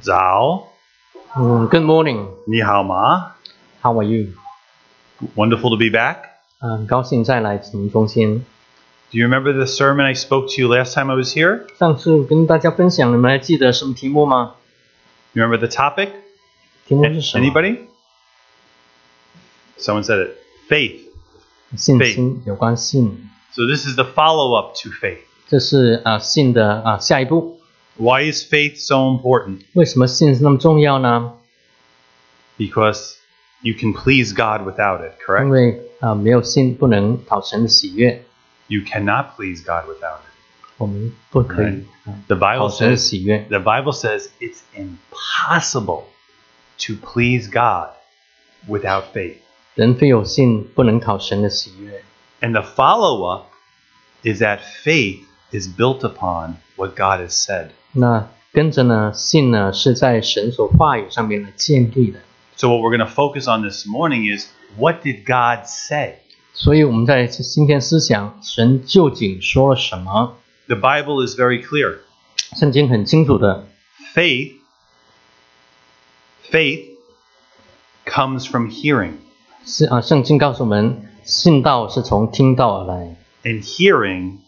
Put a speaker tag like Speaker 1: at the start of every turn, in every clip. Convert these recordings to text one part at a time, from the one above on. Speaker 1: 早，
Speaker 2: Mm, good morning.
Speaker 1: 你好吗
Speaker 2: How are you?
Speaker 1: ？Wonderful to be back.
Speaker 2: 嗯、很高兴再来您中间。
Speaker 1: Do you remember the sermon I spoke to you last time I was here?
Speaker 2: 上次跟大家分享，你们还记得什么题目吗？
Speaker 1: You remember the topic?
Speaker 2: 题目
Speaker 1: An-
Speaker 2: 是什么？
Speaker 1: Anybody? Someone said it. Faith.
Speaker 2: 信心有关信，
Speaker 1: So this is the follow-up to faith.
Speaker 2: 这是啊、呃信的啊、呃下一步。
Speaker 1: Why is faith so important?
Speaker 2: 为什么信是那么重要呢？
Speaker 1: Because you can please God without it,
Speaker 2: 因
Speaker 1: correct?
Speaker 2: 为啊、呃没有信不能讨神的喜悦，
Speaker 1: You cannot please God without it.
Speaker 2: 我们不可以
Speaker 1: Right.
Speaker 2: 啊
Speaker 1: The
Speaker 2: 讨
Speaker 1: Bible
Speaker 2: 神的
Speaker 1: says
Speaker 2: 喜悦。
Speaker 1: The Bible says it's impossible to please God without faith.
Speaker 2: 人非有信不能讨神的喜悦。
Speaker 1: And the follow up is that faith is built upon what God has said.
Speaker 2: 那跟着呢，信呢是在神所话语上面来建立的。
Speaker 1: So, what we're going to focus on this morning is what did God say?
Speaker 2: 所以我们在今天思想神究竟说了什么，
Speaker 1: The Bible is very clear.
Speaker 2: 圣经很清楚的，
Speaker 1: Faith faith comes from hearing,
Speaker 2: 是啊，圣经告诉我们，信道是从听到而来，
Speaker 1: and hearing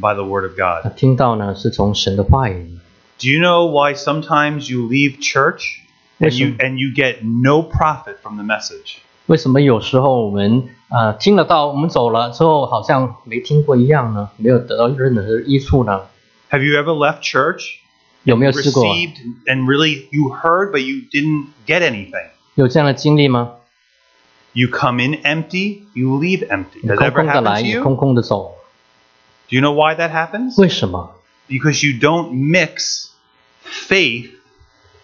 Speaker 1: by the word of
Speaker 2: 啊
Speaker 1: God.
Speaker 2: 听到呢是从神的话语。
Speaker 1: Do you know why sometimes you leave church and
Speaker 2: Yes,
Speaker 1: you
Speaker 2: sir.
Speaker 1: and you get no profit from the message?
Speaker 2: 为什么有时候我们啊、听得到，我们走了之后好像没听过一样呢？没有得到任何益处呢？
Speaker 1: Have you ever left church,
Speaker 2: 有没有试过啊？
Speaker 1: received, and really you heard but you didn't get anything?
Speaker 2: 有这样的经历吗？
Speaker 1: You come in empty, you leave empty.
Speaker 2: 你
Speaker 1: Has that
Speaker 2: 空
Speaker 1: ever
Speaker 2: 空的
Speaker 1: happened
Speaker 2: 来，
Speaker 1: to
Speaker 2: 也
Speaker 1: you?
Speaker 2: 空空的走，
Speaker 1: Do you know why that happens?
Speaker 2: 为什么？
Speaker 1: Because you don't mix faith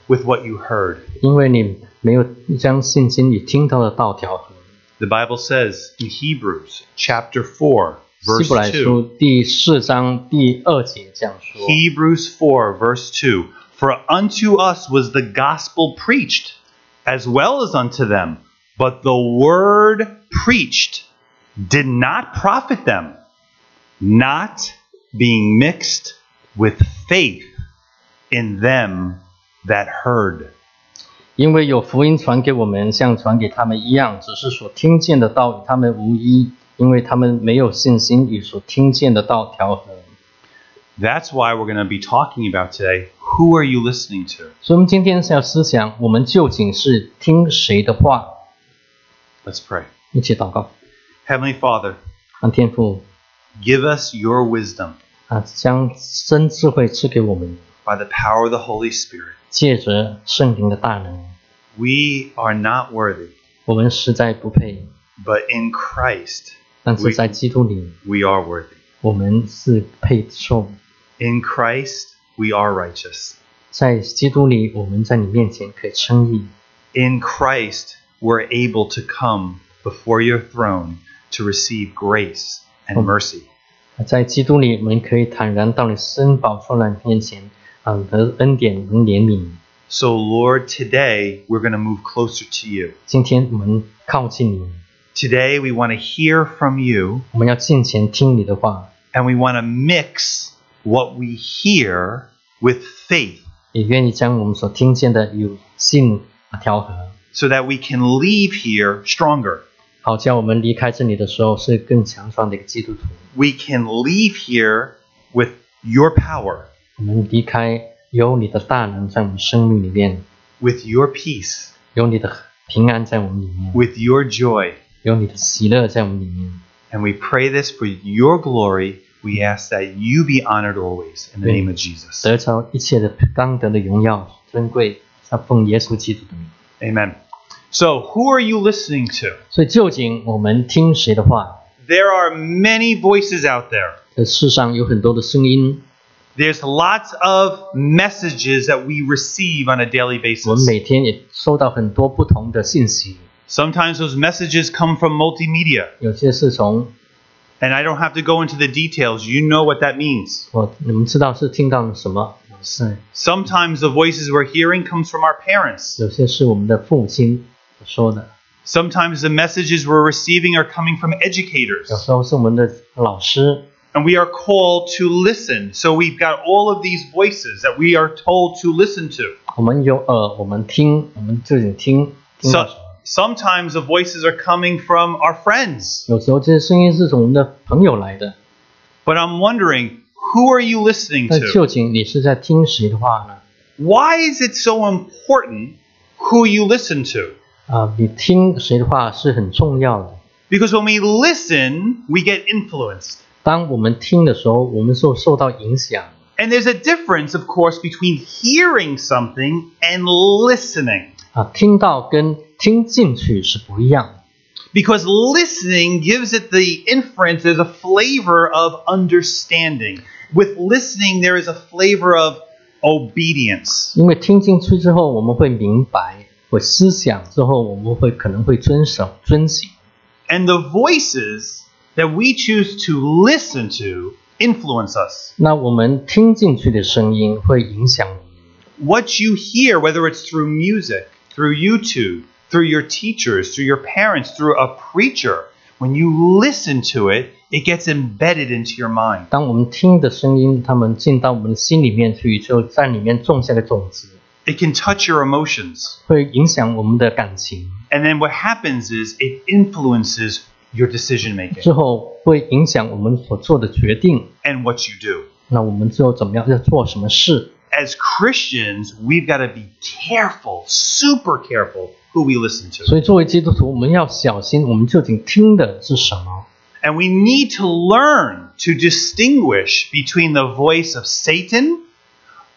Speaker 1: with what you heard.
Speaker 2: 因为你没有将信心与听到的道调和。
Speaker 1: The Bible says in Hebrews chapter 4,
Speaker 2: 希
Speaker 1: verse
Speaker 2: 伯来
Speaker 1: 2.
Speaker 2: 书第四章第二节这样说：
Speaker 1: Hebrews 4, verse 2. For unto us was the gospel preached, as well as unto them, but the word preached did not profit them, not being mixed with faith in them that heard.
Speaker 2: 因为有福音传给我们，像传给他们一样，只是所听见的道与他们无一，因为他们没有信心与所听见的道调和。
Speaker 1: That's why we're going to be talking about today who are you listening to?
Speaker 2: 所以，我们今天是要思想，我们究竟是听谁的话？
Speaker 1: Let's pray.
Speaker 2: 一起祷告，
Speaker 1: Heavenly Father,
Speaker 2: 让天父
Speaker 1: give us your wisdom
Speaker 2: 啊，将真智慧赐给我们，
Speaker 1: by the power of the Holy Spirit.
Speaker 2: 借着圣灵的大能，
Speaker 1: We are not worthy.
Speaker 2: 我们实在不配，
Speaker 1: but in Christ
Speaker 2: 但是在基督里，
Speaker 1: we are worthy.
Speaker 2: 我们是配受。
Speaker 1: In Christ we are righteous.
Speaker 2: 在基督里，我们在你面前可以称义，
Speaker 1: In Christ we're able to come before your throne to receive grace and
Speaker 2: Amen.
Speaker 1: mercy.
Speaker 2: 在基督里，我们可以坦然到你深宝座的面前，啊，得恩典能怜悯。
Speaker 1: So, Lord, today we're going to move closer to you.
Speaker 2: 今天我们靠近你，
Speaker 1: Today we want to hear from you
Speaker 2: 我们要进前听你的话，
Speaker 1: and we want to mix what we hear with faith
Speaker 2: 也愿意将我们所听见的与信啊调和，
Speaker 1: so that we can leave here stronger.
Speaker 2: 好叫我们离开这里的时候是更强壮的一个基督徒。
Speaker 1: We can leave here with your power.
Speaker 2: 我们离开有你的大能在我们生命里面，
Speaker 1: with your peace,
Speaker 2: 有你的平安在我们里面，
Speaker 1: with your joy.
Speaker 2: 有你的喜乐在我们里面。
Speaker 1: And we pray this for your glory. We ask that you be honored always in the
Speaker 2: Amen.
Speaker 1: name of Jesus.
Speaker 2: 得着一切的当得的荣耀尊贵，要奉耶稣基督的名。
Speaker 1: Amen. So, who are you listening to?
Speaker 2: 所以，究竟我们听谁的话？
Speaker 1: There are many voices out there.
Speaker 2: 这世上有很多的声音，
Speaker 1: There's lots of messages that we receive on a daily
Speaker 2: 我们
Speaker 1: basis.
Speaker 2: 每天也收到很多不同的信息，
Speaker 1: Sometimes those messages come from multimedia,
Speaker 2: 有些是从
Speaker 1: and I don't have to go into the details. You know what that means.
Speaker 2: 我你们知道是听到了什么，是
Speaker 1: Sometimes the voices we're hearing comes from our parents.
Speaker 2: 有些是我们的父母亲所说的，
Speaker 1: Sometimes the messages we're receiving are coming from
Speaker 2: 有
Speaker 1: educators.
Speaker 2: 时候是我们的老师，
Speaker 1: and we are called to listen. So we've got all of these voices that we are told to listen to.
Speaker 2: 我们有耳，我们听，我们自己听。听到
Speaker 1: So, sometimes the voices are coming from our friends,
Speaker 2: 有时候这些声音是从我们的朋友来的。
Speaker 1: but I'm wondering who are you listening
Speaker 2: 但
Speaker 1: to?
Speaker 2: 秀琴，你是在听谁的话呢？
Speaker 1: Why is it so important who you listen to?
Speaker 2: 啊，你听谁的话是很重要的。
Speaker 1: Because when we listen, we get influenced.
Speaker 2: 当我们听的时候，我们受受到影响。
Speaker 1: And there's a difference, of course, between hearing something and listening.
Speaker 2: 啊，听到跟听进去是不一样的。
Speaker 1: Because listening gives it the inference, there's a flavor of understanding. With listening, there is a flavor of obedience.
Speaker 2: 因为听进去之后，我们会明白；我思想之后，我们会可能会遵守、遵行。
Speaker 1: And the voices that we choose to listen to influence us.
Speaker 2: 那我们听进去的声音会影响我们。
Speaker 1: What you hear, whether it's through music, through YouTube, through your teachers, through your parents, through a preacher, when you listen to it, it gets embedded into your mind.
Speaker 2: 当我们听的声音，他们进到我们的心里面去，就在里面种下个种子，
Speaker 1: It can touch your emotions.
Speaker 2: 会影响我们的感情，
Speaker 1: And then what happens is it influences your decision making
Speaker 2: 之后会影响我们所做的决定。
Speaker 1: and what you do.
Speaker 2: 那我们之后怎么样要做什么事？
Speaker 1: As Christians, we've got to be careful, super careful, who we listen to.
Speaker 2: 所以，作为基督徒，我们要小心，我们究竟听的是什么？
Speaker 1: And we need to learn to distinguish between the voice of Satan,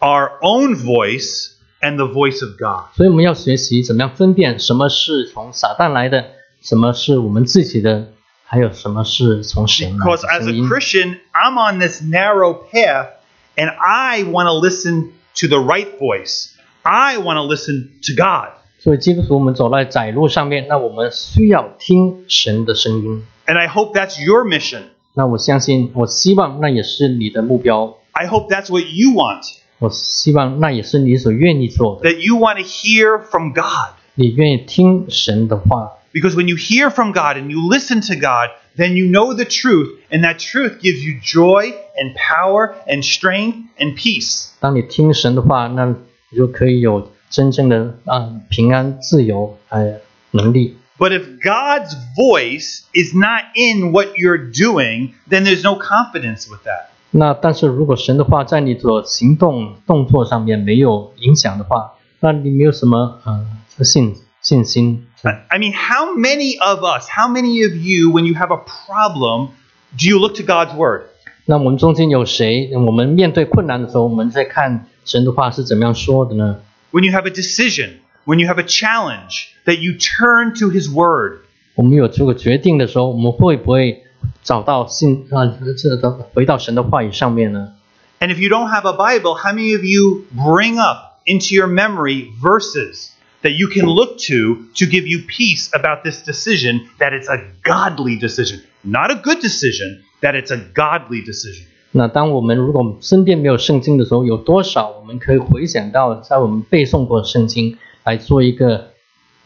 Speaker 1: our own voice, and the voice of God.
Speaker 2: 所以我们要学习怎么样分辨什么是从撒旦来的，什么是我们自己的，还有什么是从神来的
Speaker 1: Because as
Speaker 2: 声
Speaker 1: a
Speaker 2: 音。
Speaker 1: Christian, I'm on this narrow path and I want to listen to the right voice. I want to listen to God.
Speaker 2: 所以基督徒，我们走在窄路上面，那我们需要听神的声音。
Speaker 1: And I hope that's your mission.
Speaker 2: 那我相信，我希望那也是你的目标，
Speaker 1: I hope that's what you want.
Speaker 2: 我希望那也是你所愿意做的。
Speaker 1: That you want to hear from God.
Speaker 2: 你愿意听神的话，
Speaker 1: Because when you hear from God and you listen to God, then you know the truth, and that truth gives you joy and power and strength and peace.
Speaker 2: 当你听神的话，那你就可以有真正的啊平安、自由，还有能力。
Speaker 1: But if God's voice is not in what you're doing, then there's no confidence with that.
Speaker 2: 那但是如果神的话在你所行动动作上面没有影响的话，那你没有什么呃信信心。
Speaker 1: I- I mean, how many of us, how many of you, when you have a problem, do you look to God's word?
Speaker 2: 那我们中间有谁？我们面对困难的时候，我们在看神的话是怎么样说的呢？
Speaker 1: When you have a decision, when you have a challenge, that you turn to His word.
Speaker 2: 我们有这个决定的时候，我们会不会找到信啊？这个回到神的话语上面呢？
Speaker 1: And if you don't have a Bible, how many of you bring up into your memory verses that you can look to to give you peace about this decision that it's a godly decision? Not a good decision, that it's a godly decision.
Speaker 2: 那当我们如果身边没有圣经的时候，有多少我们可以回想到在我们背诵过的圣经来做一个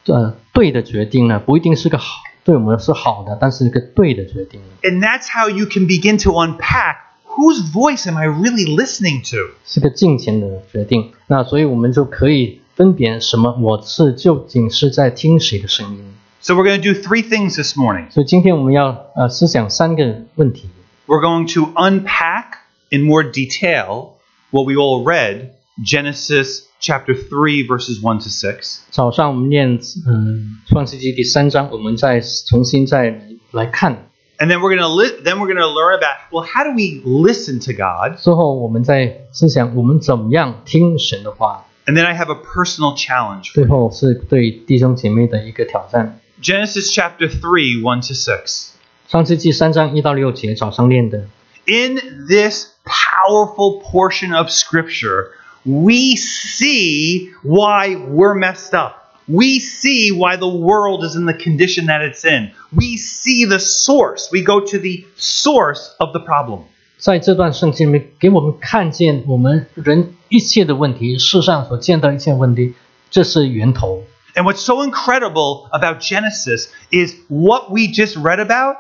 Speaker 2: 呃对的决定呢？不一定是个好，对我们是好的，但是一个对的决定。
Speaker 1: And that's how you can begin to unpack whose voice am I really listening to?
Speaker 2: 是个敬虔的决定。那所以我们就可以分辨什么我是究竟是在听谁的声音。
Speaker 1: So we're going to do three things this morning.
Speaker 2: 所以今天我们要呃思想三个问题。
Speaker 1: We're going to unpack in more detail what we all read Genesis chapter 3, verses 1 to 6.
Speaker 2: 早上我们念嗯创世纪第三章，我们再重新再来看，
Speaker 1: And then we're gonna li- then we're gonna learn about well, how do we listen to God?
Speaker 2: 之后我们再思想我们怎么样听神的话。
Speaker 1: And then I have a personal challenge.
Speaker 2: 最后是对弟兄姐妹的一个挑战。
Speaker 1: Genesis chapter three, one to six.
Speaker 2: 创世纪三章一到六节早上念的，
Speaker 1: In this powerful portion of Scripture, we see why we're messed up. We see why the world is in the condition that it's in. We see the source. We go to the source of the problem.
Speaker 2: 在这段圣经里面给我们看见我们人一切的问题，世上所见到一切问题，这是源头。
Speaker 1: And what's so incredible about Genesis is what we just read about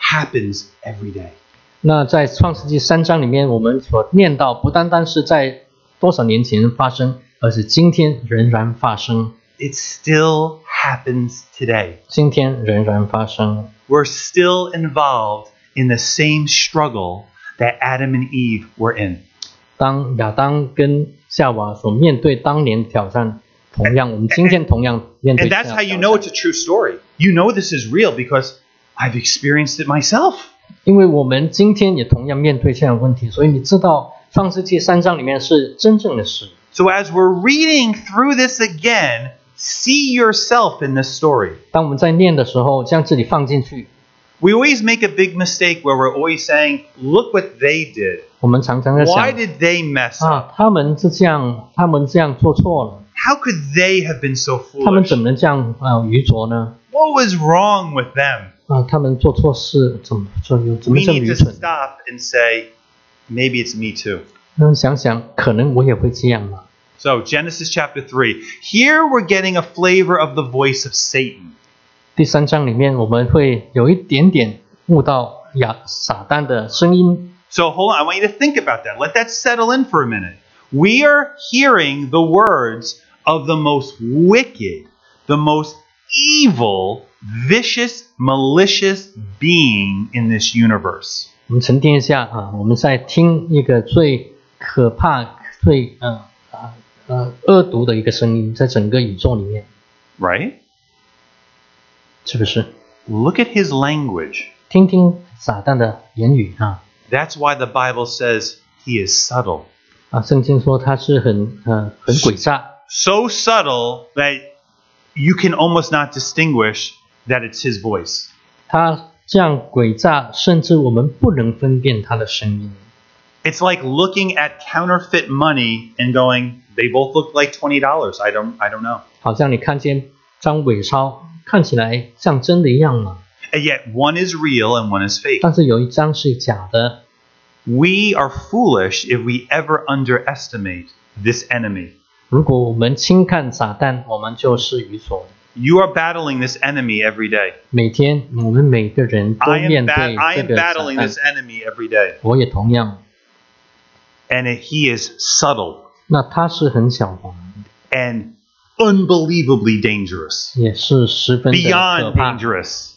Speaker 1: happens every day.
Speaker 2: 那在创世纪三章里面，我们所念到，不单单是在多少年前发生，而是今天仍然发生，
Speaker 1: It still happens today.
Speaker 2: 今天仍然发生。
Speaker 1: We're still involved in the same struggle that Adam and Eve were in.
Speaker 2: 当亚当跟夏娃所面对当年的挑战，同样，我们今天同样面对
Speaker 1: And
Speaker 2: 这样
Speaker 1: that's
Speaker 2: 的
Speaker 1: how
Speaker 2: 挑
Speaker 1: you know
Speaker 2: 战。
Speaker 1: it's a true story. You know this is real because I've experienced it myself.
Speaker 2: 因为我们今天也同样面对这样的问题，所以你知道《创世纪》三章里面是真正的事。
Speaker 1: So as we're reading through this again, see yourself in this story.
Speaker 2: 当我们在念的时候，将自己放进去，
Speaker 1: We always make a big mistake where we're always saying, look what they did.
Speaker 2: 我们常常在
Speaker 1: Why
Speaker 2: 想
Speaker 1: did they mess up?
Speaker 2: 啊，他们是这样，他们这样做错了，
Speaker 1: How could they have been so
Speaker 2: 他们
Speaker 1: foolish?
Speaker 2: 怎么能这样啊愚拙呢？
Speaker 1: What was wrong with them?
Speaker 2: 啊，他们做错事，怎么这又怎么
Speaker 1: We
Speaker 2: 这么
Speaker 1: need
Speaker 2: 愚
Speaker 1: to
Speaker 2: 蠢？
Speaker 1: stop and say, maybe it's me too.
Speaker 2: 那想想，可能我也会这样吧。
Speaker 1: So, Genesis chapter 3. Here we're getting a flavor of the voice of Satan.
Speaker 2: 第三章里面，我们会有一点点悟到亚撒旦的声音。
Speaker 1: So, hold on. I want you to think about that. Let that settle in for a minute. We are hearing the words of the most wicked, the most evil, vicious, malicious being in this universe.
Speaker 2: 我们沉淀一下啊，我们在听一个最可怕、最呃啊呃恶毒的一个声音，在整个宇宙里面，
Speaker 1: Right?
Speaker 2: 是不是？
Speaker 1: Look at his language.
Speaker 2: 听听撒旦的言语啊
Speaker 1: That's why the Bible says he is subtle.
Speaker 2: 啊！圣经说他是很呃很诡诈，
Speaker 1: So subtle that you can almost not distinguish that it's his voice.
Speaker 2: 他这样诡诈，甚至我们不能分辨他的声音。
Speaker 1: It's like looking at counterfeit money and going, they both look like twenty dollars. I don't I don't know.
Speaker 2: 好像你看见张伪钞，看起来像真的一样嘛，
Speaker 1: And yet one is real and one is fake.
Speaker 2: 但是有一张是假的。
Speaker 1: We are foolish if we ever underestimate this enemy.
Speaker 2: 如果我们轻看撒旦，我们就是愚拙的。
Speaker 1: You are battling this enemy every day.
Speaker 2: 每天我们每个人都
Speaker 1: I am,
Speaker 2: 面对
Speaker 1: bat- I
Speaker 2: 这
Speaker 1: am
Speaker 2: 个撒
Speaker 1: battling
Speaker 2: 旦
Speaker 1: this，enemy every day.
Speaker 2: 我也同样。
Speaker 1: And it- he is subtle
Speaker 2: 那他是很狡猾，
Speaker 1: and unbelievably dangerous.
Speaker 2: 也是十分的可
Speaker 1: beyond
Speaker 2: 怕，
Speaker 1: dangerous.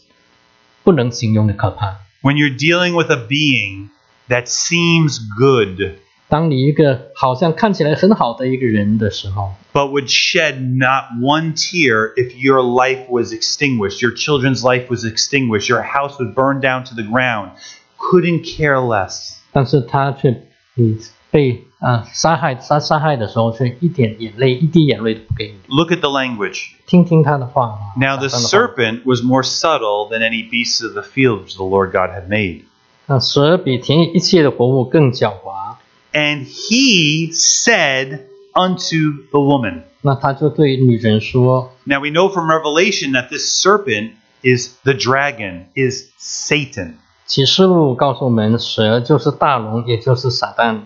Speaker 2: 不能形容的可怕。
Speaker 1: When you're dealing with a being that seems good,
Speaker 2: 当你一个好像看起来很好的一个人的时候，
Speaker 1: but would shed not one tear if your life was extinguished, your children's life was extinguished, your house was burned down to the ground, couldn't care less.
Speaker 2: 但是他却你被啊杀害杀杀害的时候，却一点眼泪一滴眼泪都不给你。
Speaker 1: Look at the language.
Speaker 2: 听听他的话啊。
Speaker 1: Now the
Speaker 2: 撒旦的话
Speaker 1: serpent was more subtle than any beast of the field which the Lord God had made.
Speaker 2: 那蛇比田野一切的活物更狡猾。
Speaker 1: And he said unto the woman,
Speaker 2: 那他就对女人说
Speaker 1: Now we know from Revelation that this serpent is the dragon, is Satan.：“
Speaker 2: 启示录告诉我们，蛇就是大龙，也就是撒旦。”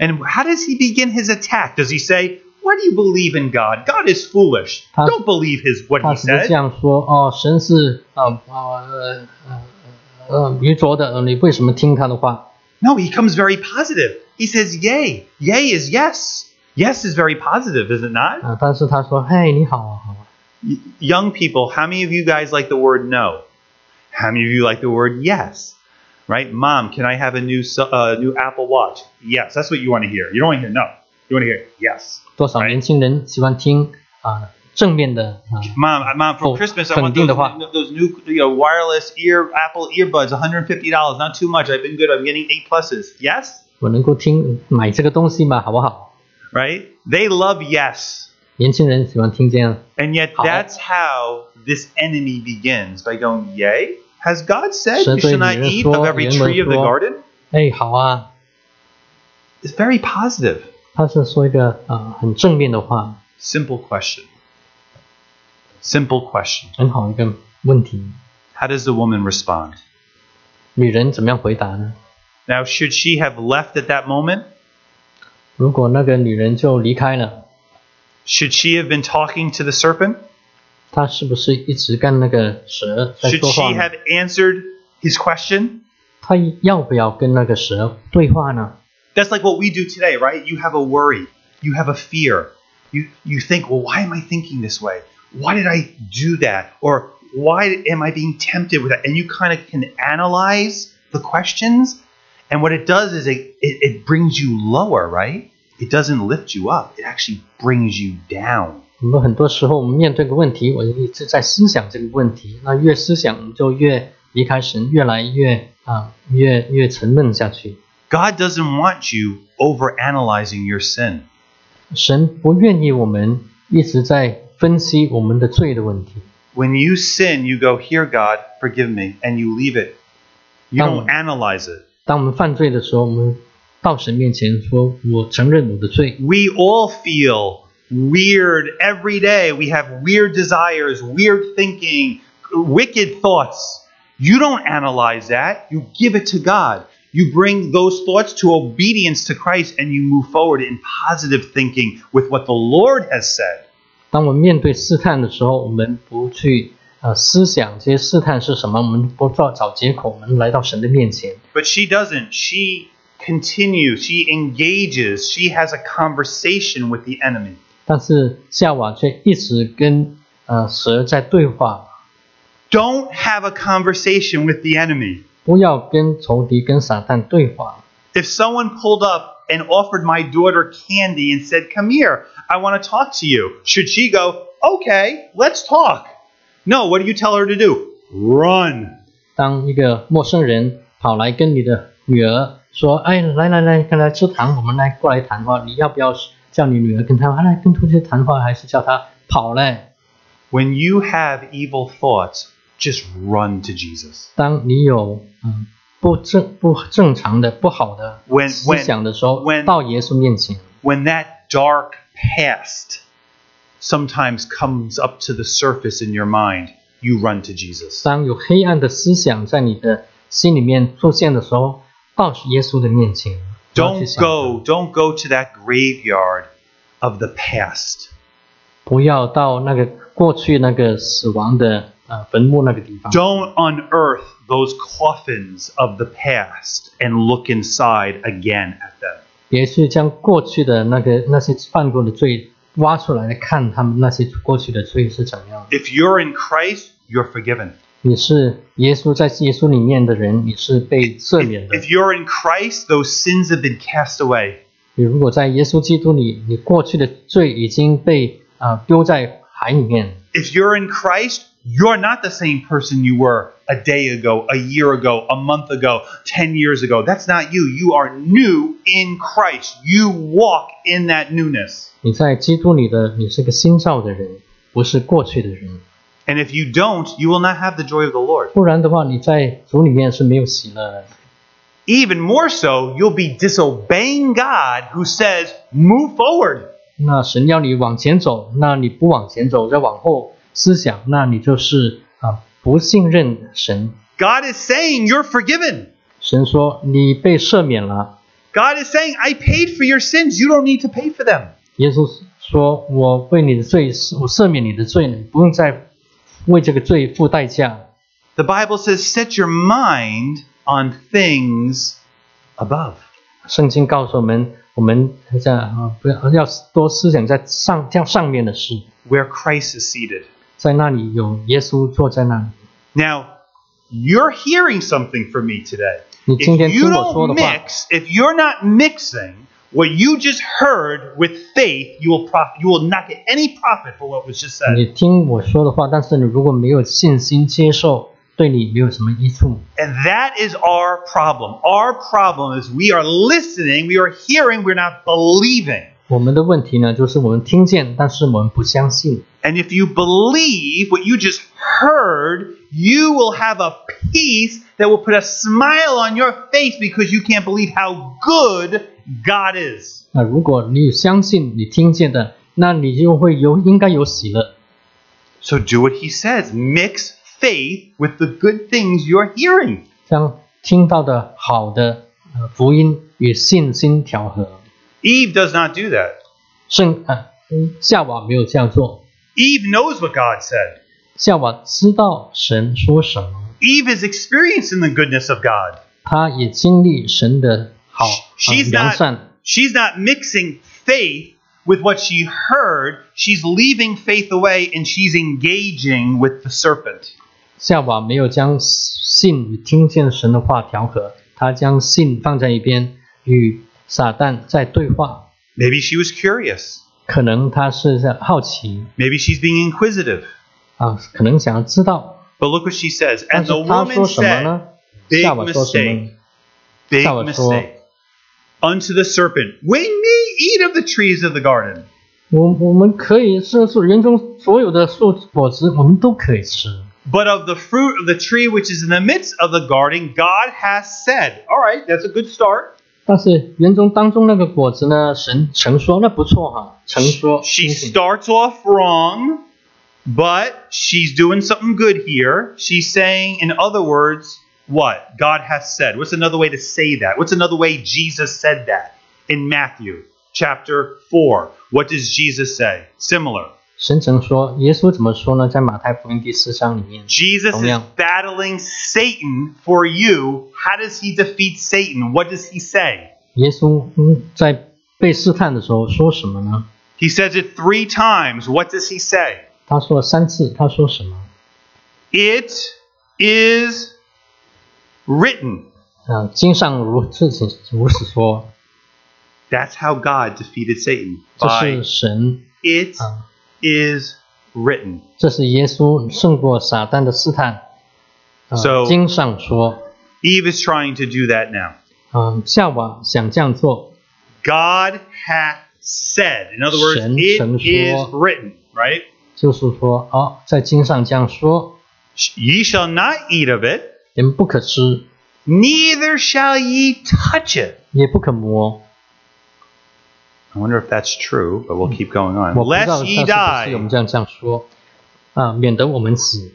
Speaker 1: And how does he begin his attack? Does he say, Why do you believe in God? God is foolish.
Speaker 2: Huh?
Speaker 1: Don't believe his what he
Speaker 2: 他只是
Speaker 1: said.
Speaker 2: 这样说哦，神是啊啊呃呃呃呃愚拙的，呃你为什么听他的话？
Speaker 1: No, he comes very positive. He says, Yay. Yay is yes. Yes is very positive, is it not?
Speaker 2: 啊、但是他说，嘿，你好啊，好啊。
Speaker 1: Y- young people, how many of you guys like the word no? How many of you like the word yes? Right? Mom, can I have a new su- uh, new Apple Watch? Yes, that's what you want to hear. You don't want to hear no. You want to hear yes.
Speaker 2: 多少
Speaker 1: Right.
Speaker 2: 年轻人喜欢听啊、正面的啊、
Speaker 1: Mom, I- mom, for
Speaker 2: Oh,
Speaker 1: Christmas, I want those,
Speaker 2: 肯定的话。
Speaker 1: those new you know, wireless ear Apple earbuds, $150. Not too much. I've been good. I'm getting eight pluses. Yes?
Speaker 2: 我能够听买这个东西嘛，好不好？
Speaker 1: Right? They love yes.
Speaker 2: 年轻人喜欢听这样，
Speaker 1: And yet,
Speaker 2: How?
Speaker 1: that's how this enemy begins by going, Yay? Has God said you
Speaker 2: 神对
Speaker 1: should not
Speaker 2: 女人
Speaker 1: eat of
Speaker 2: 说，
Speaker 1: every
Speaker 2: 人们
Speaker 1: tree of the
Speaker 2: 说。
Speaker 1: garden?
Speaker 2: 哎，好啊，
Speaker 1: It's very positive.
Speaker 2: 他是说一个啊、很正面的话，
Speaker 1: Simple question. Simple question.
Speaker 2: 很好一个问题。
Speaker 1: How does the woman respond?
Speaker 2: 女人怎么样回答呢？
Speaker 1: Now, should she have left at that moment?
Speaker 2: 如果那个女人就离开了，
Speaker 1: Should she have been talking to the serpent?
Speaker 2: 她是不是一直跟那个蛇在
Speaker 1: Should
Speaker 2: 说话
Speaker 1: she
Speaker 2: 呢？
Speaker 1: have answered his question?
Speaker 2: 他要不要跟那个蛇对话呢？
Speaker 1: That's like what we do today, right? You have a worry, you have a fear. You you think, well, why am I thinking this way? Why did I do that? Or why am I being tempted with that? And you kind of can analyze the questions. And what it does is it, it, it brings you lower, right? It doesn't lift you up. It actually brings you down.
Speaker 2: 我们很多时候我们面对个问题，我就一直在思想这个问题。那越思想，我们就越离开神，越来越啊，越越沉闷下去。
Speaker 1: God doesn't want you over analyzing your sin.
Speaker 2: 神不愿意我们一直在分析我们的罪的问题。
Speaker 1: When you sin, you go, Here, God, forgive me, and you leave it. You don't
Speaker 2: Um,
Speaker 1: analyze it.
Speaker 2: 当我们犯罪的时候，我们到神面前说：“我承认我的罪。
Speaker 1: We all feel weird every day. We have weird desires, weird thinking, wicked thoughts. You don't analyze that. You give it to God. You bring those thoughts to obedience to Christ and you move forward in positive thinking with what the Lord has said. ”
Speaker 2: 当我们面对试探的时候，我们不去呃思想这些试探是什么，我们不找找借口，我们来到神的面前。
Speaker 1: But she doesn't. She continues. She engages. She has a conversation with the enemy.
Speaker 2: 但是夏娃却一直跟呃蛇在对话，
Speaker 1: Don't have a conversation with the enemy.
Speaker 2: 不要跟仇敌、跟撒旦对话。
Speaker 1: If someone pulled up and offered my daughter candy and said, Come here, I want to talk to you, should she go, Okay, let's talk? No, what do you tell her to do? Run.
Speaker 2: 当一个陌生人跑来跟你的女儿说：“哎，来来来，跟来吃糖，我们来过来谈话。你要不要叫你女儿跟他啊来跟同学谈话，还是叫他跑嘞？”
Speaker 1: When you have evil thoughts, just run to Jesus.
Speaker 2: 当你有嗯不正不正常的不好的
Speaker 1: When-
Speaker 2: 思想的时候
Speaker 1: when-
Speaker 2: 到耶稣面前，
Speaker 1: When that dark past sometimes comes up to the surface in your mind, you run to Jesus.
Speaker 2: 当有黑暗的思想在你的心里面出现的时候，到耶稣的面前。不要去
Speaker 1: Don't
Speaker 2: 想
Speaker 1: go, don't go to that graveyard of the past.
Speaker 2: 不要到那个过去那个死亡的呃坟墓那个地方。
Speaker 1: Don't unearth those coffins of the past and look inside again at them.
Speaker 2: 别去将过去的那个那些犯过的罪挖出来看他们那些过去的罪是怎么样的。
Speaker 1: If you're in Christ, you're forgiven.
Speaker 2: 你是耶稣在耶稣里面的人，你是被赦免
Speaker 1: If,
Speaker 2: 的
Speaker 1: if。you're in Christ, those sins have been cast away.
Speaker 2: 你如果在耶稣基督里，你过去的罪已经被啊、呃丢在海里面。
Speaker 1: If you're in Christ, you're not the same person you were a day ago, a year ago, a month ago, 10 years ago. That's not you. You are new in Christ. You walk in that newness.
Speaker 2: 你在基督里的，你是个新造的人，不是过去的人。
Speaker 1: And if you don't, you will not have the joy of the Lord.
Speaker 2: 不然的话，你在主里面是没有喜乐的。
Speaker 1: Even more so, you'll be disobeying God who says, move forward.
Speaker 2: 那神要你往前走，那你不往前走，再往后思想，那你就是啊不信任神。
Speaker 1: God is saying, you're forgiven.
Speaker 2: 神说你被赦免了。
Speaker 1: God is saying, I paid for your sins. You don't need to pay for them.
Speaker 2: 耶稣说：“我为你的罪，我赦免你的罪，你不用再为这个罪付代价。
Speaker 1: The Bible says, set your mind on things above. ”
Speaker 2: 圣经告诉我们，我们在啊，不要要多思想在上叫上面的事，
Speaker 1: where Christ is seated.
Speaker 2: 在那里有耶稣坐在那里。
Speaker 1: Now, you're hearing something from me today.
Speaker 2: 你今天
Speaker 1: If
Speaker 2: 听
Speaker 1: you
Speaker 2: 我说的
Speaker 1: don't
Speaker 2: 话，
Speaker 1: mix, if you're not mixing what you just heard with faith, you will profit. You will not get any profit for what was just said.
Speaker 2: 你听我说的话，但是你如果没有信心接受，对你没有什么益处。
Speaker 1: And that is our problem. Our problem is we are listening, we are hearing, we're not believing.
Speaker 2: 我们的问题呢，就是我们听见，但是我们不相信。
Speaker 1: And if you believe what you just heard, you will have a peace that will put a smile on your face because you can't believe how good God is.
Speaker 2: 那如果你相信你听见的，那你就会有应该有喜乐。
Speaker 1: So do what he says. Mix faith with the good things you're hearing.
Speaker 2: 将听到的好的呃福音与信心调和。
Speaker 1: Eve does not do that.
Speaker 2: 圣啊、嗯夏娃没有这样做，
Speaker 1: Eve knows what God said.
Speaker 2: 夏娃知道神说什么，
Speaker 1: Eve is experiencing the goodness of God.
Speaker 2: 他也经历神的好
Speaker 1: She- she's
Speaker 2: 呃良
Speaker 1: not-
Speaker 2: 善。
Speaker 1: She's not mixing faith with what she heard. She's leaving faith away and she's engaging with the serpent.
Speaker 2: 夏娃没有将信与听见神的话调和，她将信放在一边，与撒旦在对话。
Speaker 1: Maybe she was curious.
Speaker 2: 可能她是在好奇
Speaker 1: Maybe she's being inquisitive.
Speaker 2: 啊，可能想要知道。
Speaker 1: But look what she says.
Speaker 2: 但
Speaker 1: And
Speaker 2: 是
Speaker 1: the
Speaker 2: 她
Speaker 1: woman
Speaker 2: 说什么
Speaker 1: said,
Speaker 2: 呢？
Speaker 1: big
Speaker 2: 夏娃说什么呢？
Speaker 1: Big
Speaker 2: That was
Speaker 1: mistake. Unto the serpent, when ye eat of the trees of the garden.
Speaker 2: 我我们可以吃是园中所有的树果子，我们都可以吃。
Speaker 1: But of the fruit of the tree which is in the midst of the garden, God has said. All right, that's a good start.
Speaker 2: 但是园中当中那个果子呢，神曾说那不错哈、曾说
Speaker 1: She
Speaker 2: 提醒
Speaker 1: starts off wrong, but she's doing something good here. She's saying, in other words, what? God has said. What's another way to say that? What's another way Jesus said that? In Matthew chapter 4, what does Jesus say? Similar.
Speaker 2: 神曾说，耶稣怎么说呢？在马太福音第四章里面，
Speaker 1: Jesus is
Speaker 2: Tongyan.
Speaker 1: battling Satan for you. How does he defeat Satan? What does he say?
Speaker 2: 耶稣嗯在被试探的时候说什么呢？
Speaker 1: He says it three times. What does he say?
Speaker 2: 他说了三次，他说什么？
Speaker 1: It is written.
Speaker 2: 啊，经上如自己如此说，
Speaker 1: That's how God defeated Satan.
Speaker 2: 这
Speaker 1: By
Speaker 2: 是神
Speaker 1: it
Speaker 2: 啊，
Speaker 1: is written.
Speaker 2: 这是耶稣胜过撒旦的试探。啊
Speaker 1: So-
Speaker 2: 经上说，
Speaker 1: Eve is trying to do that now.
Speaker 2: 嗯，夏娃想这样做，
Speaker 1: God hath said. In other words,
Speaker 2: Shen-
Speaker 1: it
Speaker 2: Shen
Speaker 1: is
Speaker 2: shuo.
Speaker 1: written, right?
Speaker 2: 就是说，哦，在经上这样说，
Speaker 1: Ye shall not eat of it,
Speaker 2: 你们不可吃，
Speaker 1: neither shall ye touch it.
Speaker 2: 也不可摸。
Speaker 1: I wonder if that's true, but we'll keep going on.
Speaker 2: 我不知道
Speaker 1: Lest
Speaker 2: 上
Speaker 1: ye
Speaker 2: 是不是我
Speaker 1: die.
Speaker 2: 们这样这样说啊，免得我们死。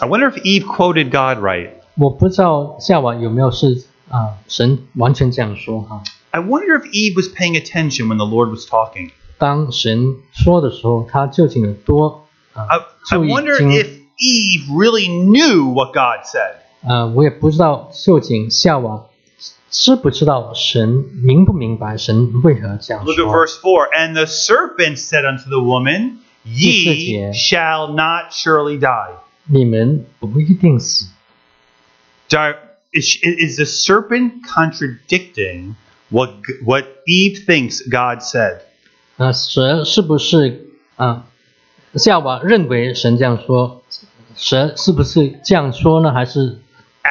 Speaker 1: I wonder if Eve quoted God right.
Speaker 2: 我不知道夏娃有没有是啊，神完全这样说哈、
Speaker 1: I wonder if Eve was paying attention when the Lord was talking.
Speaker 2: 当神说的时候，他究竟有多
Speaker 1: I,
Speaker 2: 啊
Speaker 1: I
Speaker 2: 注意
Speaker 1: wonder
Speaker 2: 听
Speaker 1: if Eve really knew what God said.
Speaker 2: 啊？我也不知道究竟夏娃知不知道神明不明白神为何这样
Speaker 1: Look at
Speaker 2: 说。
Speaker 1: verse 4. And the serpent said unto the woman, Ye
Speaker 2: 第四节。
Speaker 1: shall not surely die.
Speaker 2: 你们不一定死。
Speaker 1: Di- Is, is the serpent contradicting what, g- what Eve thinks God said?
Speaker 2: 啊，蛇是不是啊？夏娃认为神这样说，蛇是不是这样说呢？还是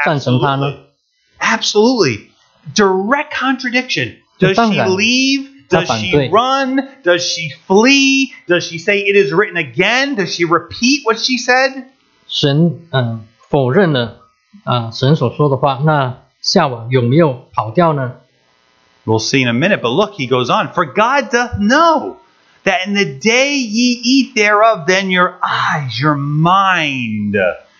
Speaker 2: 赞成他呢？
Speaker 1: Absolutely. Absolutely. Direct contradiction. Does she
Speaker 2: 当然。
Speaker 1: leave? Does she
Speaker 2: 她反对。
Speaker 1: run? Does she flee? Does she say it is written again? Does she repeat what she said?
Speaker 2: 神嗯、呃否认了啊、神所说的话，那夏娃有没有跑掉呢？
Speaker 1: We'll see in a minute, but look, he goes on. For God doth know that in the day ye eat thereof, then your eyes, your mind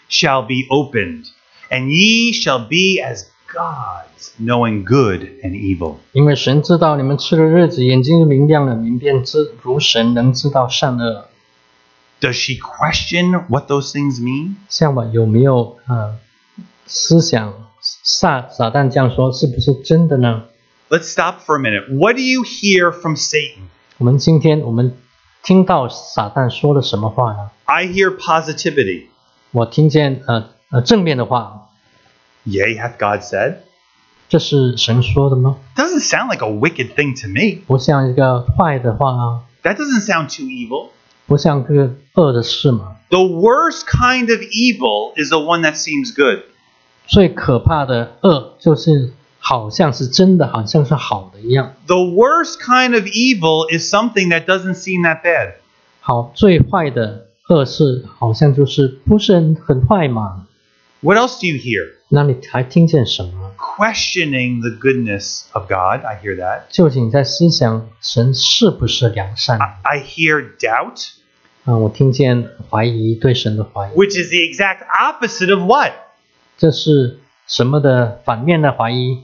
Speaker 1: shall be opened, and ye shall be as gods, knowing good and evil.
Speaker 2: 因为神知道你们吃的日子，眼睛就明亮了，你们便知如神能知道善恶。
Speaker 1: Does she question what those things mean?
Speaker 2: 夏娃有没有啊、呃思想撒撒旦这样说是不是真的呢？
Speaker 1: Let's stop for a minute. What do you hear from Satan?
Speaker 2: 我们今天我们听到撒旦说了什么话呢？
Speaker 1: I hear positivity.
Speaker 2: 我听见呃呃正面的话，
Speaker 1: Yea, hath God said.
Speaker 2: 这是神说的吗？
Speaker 1: Doesn't sound like a wicked thing to me.
Speaker 2: 不像一个坏的话啊，
Speaker 1: That doesn't sound too evil.
Speaker 2: 不像个恶的事嘛。
Speaker 1: The worst kind of evil is the one that seems good.
Speaker 2: 最可怕的恶就是好像是真的，好像是好的一样。
Speaker 1: The worst kind of evil is something that doesn't seem that bad.
Speaker 2: 好，最坏的恶事好像就是不是很很坏嘛？
Speaker 1: What else do you hear?
Speaker 2: 那你还听见什么？
Speaker 1: Questioning the goodness of God. I hear that.
Speaker 2: 究竟在思想神是不是良善啊、
Speaker 1: I, I hear doubt,
Speaker 2: 我听见怀疑对神的怀疑，
Speaker 1: which is the exact opposite of what?
Speaker 2: 这是什么的反面的怀疑？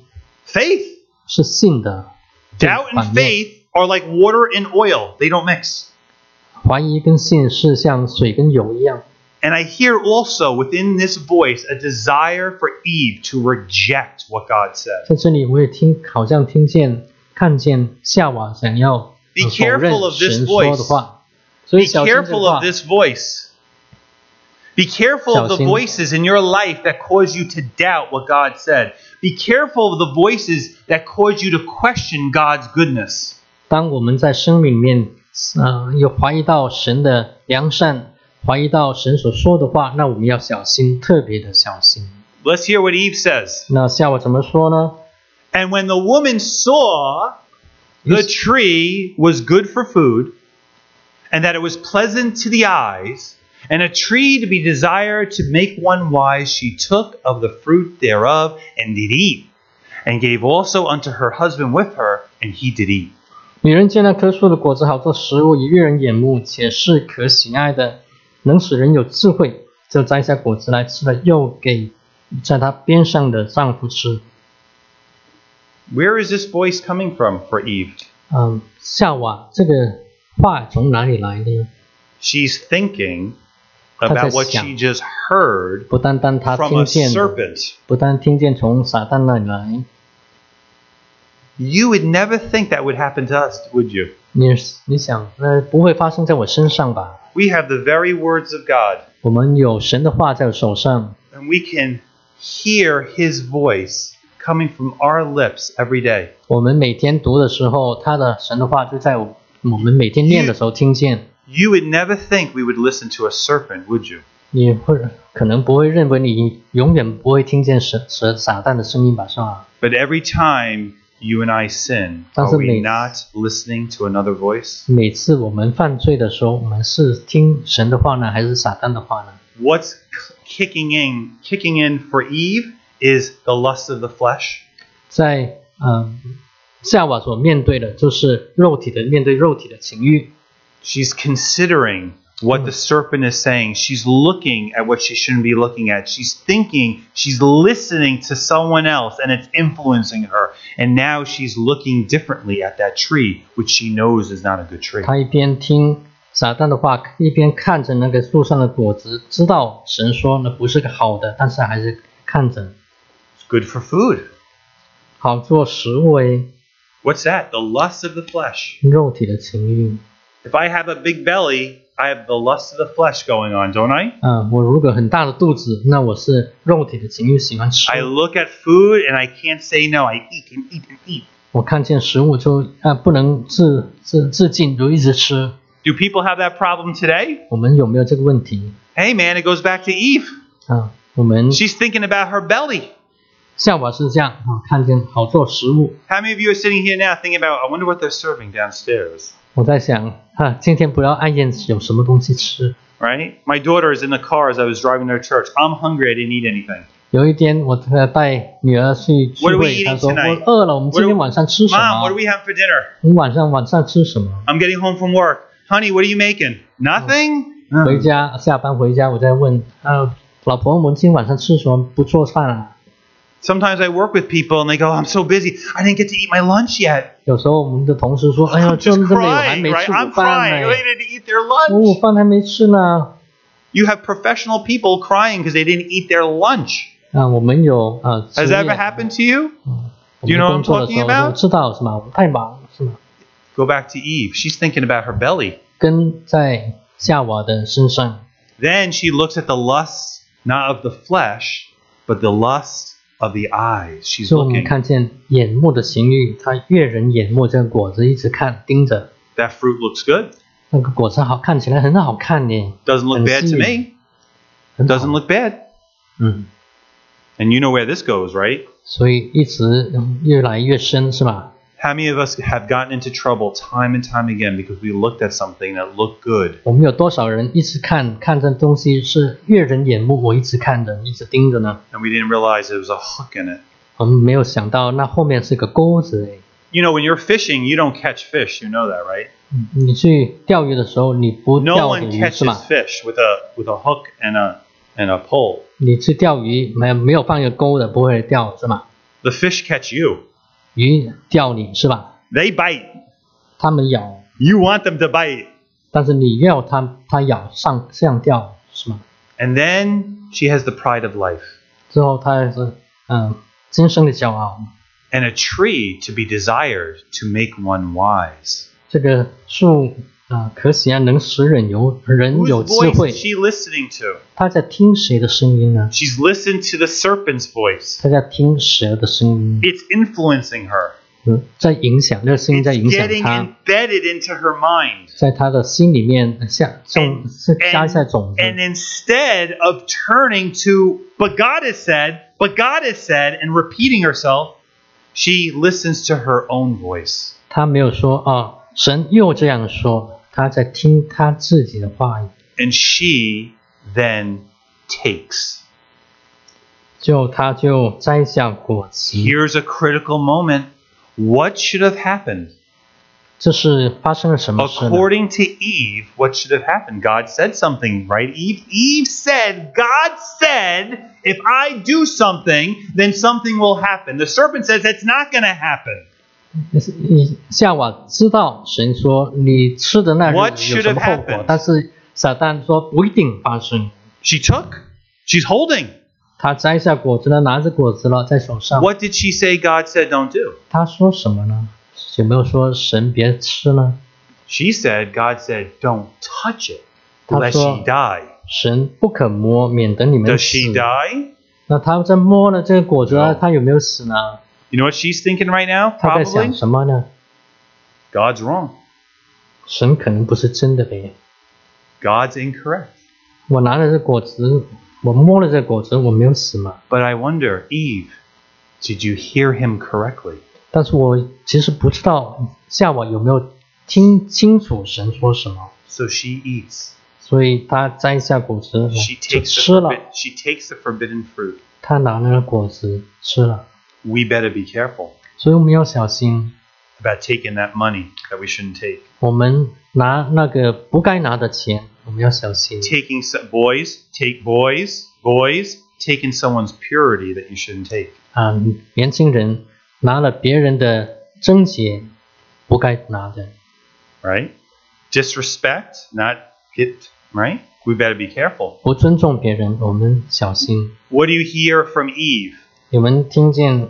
Speaker 1: Faith.
Speaker 2: 是信的
Speaker 1: Doubt
Speaker 2: 反
Speaker 1: and
Speaker 2: 面。
Speaker 1: faith are like water and oil, they don't mix.
Speaker 2: 怀疑跟信是像水跟油一样，
Speaker 1: And I hear also within this voice a desire for Eve to reject what God said.
Speaker 2: 在这里我也听，好像听见看见夏娃想要呃
Speaker 1: Be
Speaker 2: 否认
Speaker 1: careful of this
Speaker 2: 神说的话，所以
Speaker 1: Be
Speaker 2: 小心这
Speaker 1: careful
Speaker 2: 话
Speaker 1: of。this voice. Be careful of the
Speaker 2: 小心。
Speaker 1: voices in your life that cause you to doubt what God said. Be careful of the voices that cause you to question God's goodness.
Speaker 2: 当我们在生命里面，呃，有怀疑到神的良善，怀疑到神所说的话，那我们要小心，特别的小心。
Speaker 1: Let's hear what Eve says.
Speaker 2: 那夏娃怎么说呢？
Speaker 1: And when the woman saw the
Speaker 2: Yes.
Speaker 1: tree was good for food, and that it was pleasant to the eyes, and a tree to be desired to make one wise, she took of the fruit thereof and did eat, and gave also unto her husband with her, and he did eat.
Speaker 2: 女人见那棵树的果子好做食物，以悦人眼目，且是可喜爱的，能使人有智慧，就摘下果子来吃了，又给在她边上的丈夫吃。
Speaker 1: Where is this voice coming from for Eve?
Speaker 2: 嗯，夏娃这个话从哪里来呢？
Speaker 1: She's thinking about what she just heard
Speaker 2: 不单单她
Speaker 1: from
Speaker 2: 听
Speaker 1: a
Speaker 2: 见的
Speaker 1: serpent.
Speaker 2: 不但听见从撒旦那里来，
Speaker 1: You would never think that would happen to us, would you?
Speaker 2: 你你想，那不会发生在我身上吧？
Speaker 1: We have the very words of God.
Speaker 2: 我们有神的话在我手上，
Speaker 1: and we can hear his voice coming from our lips every day.
Speaker 2: 我们每天读的时候，他的神的话就在我我们每天念的时候听见。
Speaker 1: You would never think we would listen to a serpent, would you?
Speaker 2: 你会可能不会认为你永远不会听见神神撒旦的声音吧？是吧？
Speaker 1: But every time you and I sin, are we
Speaker 2: Doesn't make-
Speaker 1: not listening to another voice?
Speaker 2: 每次我们犯罪的时候，我们是听神的话呢，还是撒旦的话呢？
Speaker 1: What's k- kicking in? Kicking in for Eve is the lust of the flesh.
Speaker 2: 在嗯，夏娃所面对的就是肉体的面对肉体的情欲。
Speaker 1: She's considering what the serpent is saying. She's looking at what she shouldn't be looking at. She's thinking, she's listening to someone else, and it's influencing her. And now she's looking differently at that tree, which she knows is not a good tree.
Speaker 2: 他一边听撒旦的话，一边看着那个树上的果子，知道神说那不是个好的，但是还是看着
Speaker 1: It's good for food.
Speaker 2: 好做食为
Speaker 1: What's that? The lust of the flesh.
Speaker 2: 肉体的情欲。
Speaker 1: If I have a big belly, I have the lust of the flesh going on, don't I?
Speaker 2: 啊、我如果很大的肚子，那我是肉体的情欲，喜欢吃。
Speaker 1: I look at food and I can't say no. I eat and eat and eat.
Speaker 2: 我看见食物就啊、不能自自自禁，就一直吃。
Speaker 1: Do people have that problem today?
Speaker 2: 我们有没有这个问题
Speaker 1: Hey, man, it goes back to Eve.
Speaker 2: 啊、我们
Speaker 1: She's thinking about her belly.
Speaker 2: 夏娃是这样啊、看见好做食物，
Speaker 1: How many of you are sitting here now thinking about, I wonder what they're serving downstairs?
Speaker 2: 我在想啊，今天不要暗恋有什么东西吃。
Speaker 1: Right? My daughter is in the car as I was driving to her church. I'm hungry. I didn't eat anything.
Speaker 2: 有一天，我呃带女儿去聚
Speaker 1: What are we
Speaker 2: 会，
Speaker 1: eating
Speaker 2: 她说
Speaker 1: tonight?
Speaker 2: 我饿了，我们今
Speaker 1: What
Speaker 2: 天
Speaker 1: are-
Speaker 2: 晚上吃什
Speaker 1: Mom, what do
Speaker 2: 么？
Speaker 1: we have for dinner?
Speaker 2: 我们晚上晚上吃什么？
Speaker 1: I'm getting home from work. Honey, what are you making? Nothing?
Speaker 2: 回家下班回家，我再问啊，老婆，我们今天晚上吃什么？不做饭啊？
Speaker 1: Sometimes I work with people and they go, I'm so busy. I didn't get to eat my lunch yet.
Speaker 2: 有时候我们的同事说，哎呀，
Speaker 1: I'm
Speaker 2: 真
Speaker 1: just
Speaker 2: 的我还
Speaker 1: crying,
Speaker 2: 没
Speaker 1: right?
Speaker 2: 吃午
Speaker 1: I'm
Speaker 2: 饭
Speaker 1: crying.
Speaker 2: 呢
Speaker 1: They，didn't eat their
Speaker 2: 我午
Speaker 1: lunch.
Speaker 2: 饭还没吃呢。
Speaker 1: You have professional people crying because they didn't eat their lunch.
Speaker 2: 啊，我们有啊，职
Speaker 1: Has
Speaker 2: 业
Speaker 1: that ever happened to you?
Speaker 2: 我
Speaker 1: Do you know what
Speaker 2: 们
Speaker 1: I'm
Speaker 2: 工作的时
Speaker 1: talking
Speaker 2: 候
Speaker 1: about？
Speaker 2: 我知道是吗？我们太忙是吗？
Speaker 1: Go back to Eve. She's thinking about her belly.
Speaker 2: 跟在夏娃的身上，
Speaker 1: Then she looks at the lust, not of the flesh, but the lust of the eyes. She's
Speaker 2: 所以我们
Speaker 1: looking.
Speaker 2: 看见眼目的情欲，它悦人眼目，这个果子一直看盯着。
Speaker 1: That fruit looks good.
Speaker 2: 那个果子好看起来很好看呢，
Speaker 1: Doesn't look
Speaker 2: And
Speaker 1: bad to
Speaker 2: see.
Speaker 1: me.
Speaker 2: 很好
Speaker 1: Doesn't look bad.
Speaker 2: 嗯，
Speaker 1: And you know where this goes, right?
Speaker 2: 所以一直嗯越来越深是吧？
Speaker 1: How many of us have gotten into trouble time and time again because we looked at something that looked good?
Speaker 2: 我们有多少人一直看看这东西是悦人眼目，我一直看着，一直盯着呢？
Speaker 1: And we didn't realize there was a hook in it.
Speaker 2: 我们没有想到那后面是个钩子哎。
Speaker 1: You know, when you're fishing, you don't catch fish. You know that, right?
Speaker 2: 嗯你去钓鱼的时候，你不
Speaker 1: No
Speaker 2: 钓
Speaker 1: one
Speaker 2: 鱼是
Speaker 1: catches
Speaker 2: 吗？
Speaker 1: fish with a with a hook and a and a pole.
Speaker 2: 你去钓鱼没有没有放一个钩的，不会钓是吗？
Speaker 1: The fish catch you.
Speaker 2: 鱼钓你是吧？
Speaker 1: They bite.
Speaker 2: 它们咬，
Speaker 1: You want them to bite.
Speaker 2: 但是你要它它咬上上钓是吗？
Speaker 1: And then she has the pride of life
Speaker 2: 之后他也是嗯今生的骄傲。
Speaker 1: and a tree to be desired to make one wise.
Speaker 2: 这个树啊、呃可喜啊，能使人有人
Speaker 1: Whose
Speaker 2: 有智
Speaker 1: voice
Speaker 2: 慧
Speaker 1: is。she listening to?
Speaker 2: 他在听谁的声音呢？
Speaker 1: She's listened to the serpent's voice.
Speaker 2: 他在听蛇的声音，
Speaker 1: It's influencing her.
Speaker 2: 嗯，在影响，那个声音在影
Speaker 1: It's
Speaker 2: 响
Speaker 1: getting
Speaker 2: 他，
Speaker 1: embedded into her mind.
Speaker 2: 在他的心里面下种
Speaker 1: And-
Speaker 2: 是加
Speaker 1: and-
Speaker 2: 下种子。
Speaker 1: And instead of turning to, but God has said, but God has said, and repeating herself, she listens to her own voice.
Speaker 2: 他没有说啊，神又这样说，他在听他自己的话语，
Speaker 1: And she then takes.
Speaker 2: 就他就摘下果子。
Speaker 1: Here's a critical moment. What should have happened?
Speaker 2: 这是发生了什么事呢？
Speaker 1: According to Eve, what should have happened? God said something, right? Eve, Eve said, God said, if I do something, then something will happen. The serpent says that's not going to happen.
Speaker 2: 你夏娃知道神说你吃的那日
Speaker 1: What
Speaker 2: 有
Speaker 1: should
Speaker 2: 什
Speaker 1: have
Speaker 2: 么后果
Speaker 1: happened?，
Speaker 2: 但是撒旦说不一定发生。
Speaker 1: She took. She's holding.
Speaker 2: 他摘下果子了，拿着果子了在手上。
Speaker 1: What did she say God said don't do?
Speaker 2: 他说什么呢？有没有说神别吃呢？
Speaker 1: She said God said don't touch it lest
Speaker 2: That's
Speaker 1: she
Speaker 2: wrong.
Speaker 1: die.
Speaker 2: 神不可摸，免得你们
Speaker 1: Does
Speaker 2: 死。
Speaker 1: she die?
Speaker 2: 那他在摸了这个果子呢，
Speaker 1: No.
Speaker 2: 他有没有死呢？
Speaker 1: You know what she's thinking right now?
Speaker 2: 他在想
Speaker 1: Probably
Speaker 2: 什么呢？
Speaker 1: God's wrong.
Speaker 2: 神可能不是真的呗。
Speaker 1: God's incorrect.
Speaker 2: 我拿了这果子，我摸了这果子，我没有死嘛。
Speaker 1: But I wonder, Eve, did you hear him correctly?
Speaker 2: 但是我其实不知道夏娃有没有听清楚神说什么，
Speaker 1: So she eats.
Speaker 2: 所以她摘下果子
Speaker 1: She
Speaker 2: 就
Speaker 1: takes the
Speaker 2: 吃了
Speaker 1: forbi-，she takes the forbidden fruit.
Speaker 2: 她拿那个果子吃了，
Speaker 1: We better be careful
Speaker 2: 所以我们要小心，
Speaker 1: about taking that money that we shouldn't take.
Speaker 2: 我们拿那个不该拿的钱，我们要小心。
Speaker 1: Taking so- boys, take boys, boys, taking someone's purity that you shouldn't take.
Speaker 2: 啊，年轻人拿了别人的贞洁，不该拿的，
Speaker 1: Right? Disrespect, not hit. Right? We better be careful.
Speaker 2: 不尊重别人，我们小心。
Speaker 1: What do you hear from Eve?
Speaker 2: 你们听见？